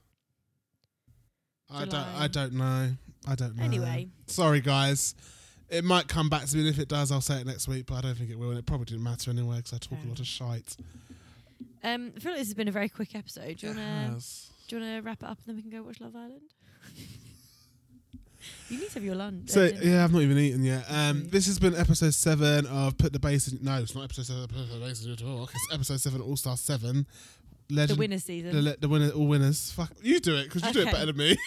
S1: I don't.
S3: July.
S1: I don't know. I don't know.
S3: Anyway,
S1: sorry guys. It might come back to me, and if it does, I'll say it next week. But I don't think it will, and it probably didn't matter anyway because I talk
S3: Fair
S1: a lot of shite.
S3: um, I feel like this has been a very quick episode. Do you
S1: It
S3: wanna
S1: has.
S3: do you wanna wrap it up and then we can go watch Love Island? you need to have your lunch. uh,
S1: So
S3: dinner.
S1: yeah, I've not even eaten yet. Um,
S3: Okay.
S1: this has been episode seven of Put the Bass in. No, it's not episode seven. of Put the Bass in your talk. It's episode seven, All Star Seven.
S3: the
S1: Legend.
S3: winner
S1: The,
S3: season.
S1: le- the winner, all winners. Fuck, you do it because you do it
S3: Okay.
S1: better than me.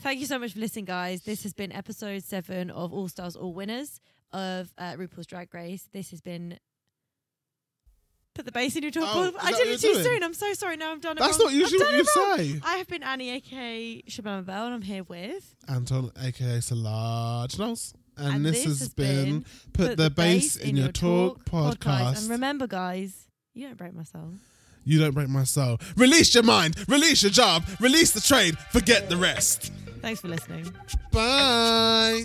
S3: Thank you so much for listening, guys. This has been episode seven of All Stars, All Winners of uh, RuPaul's Drag Race. This has been. Put the bass in your talk.
S1: Oh, is
S3: I
S1: that
S3: did
S1: what
S3: it
S1: you're
S3: too
S1: doing?
S3: soon. I'm so sorry. Now I'm done.
S1: That's
S3: wrong.
S1: not usually
S3: I've
S1: what
S3: done
S1: you
S3: it
S1: say.
S3: wrong. I have been Annie, aka Shabana Bell, and I'm here with.
S1: Anton, aka Solargenos. And,
S3: And
S1: this, has, been, Put, the, Bass in Your Talk, podcast.
S3: And remember, guys, you don't break my soul.
S1: You don't break my soul. Release your mind, release your job, release the trade, forget the rest.
S3: Thanks for listening.
S1: Bye.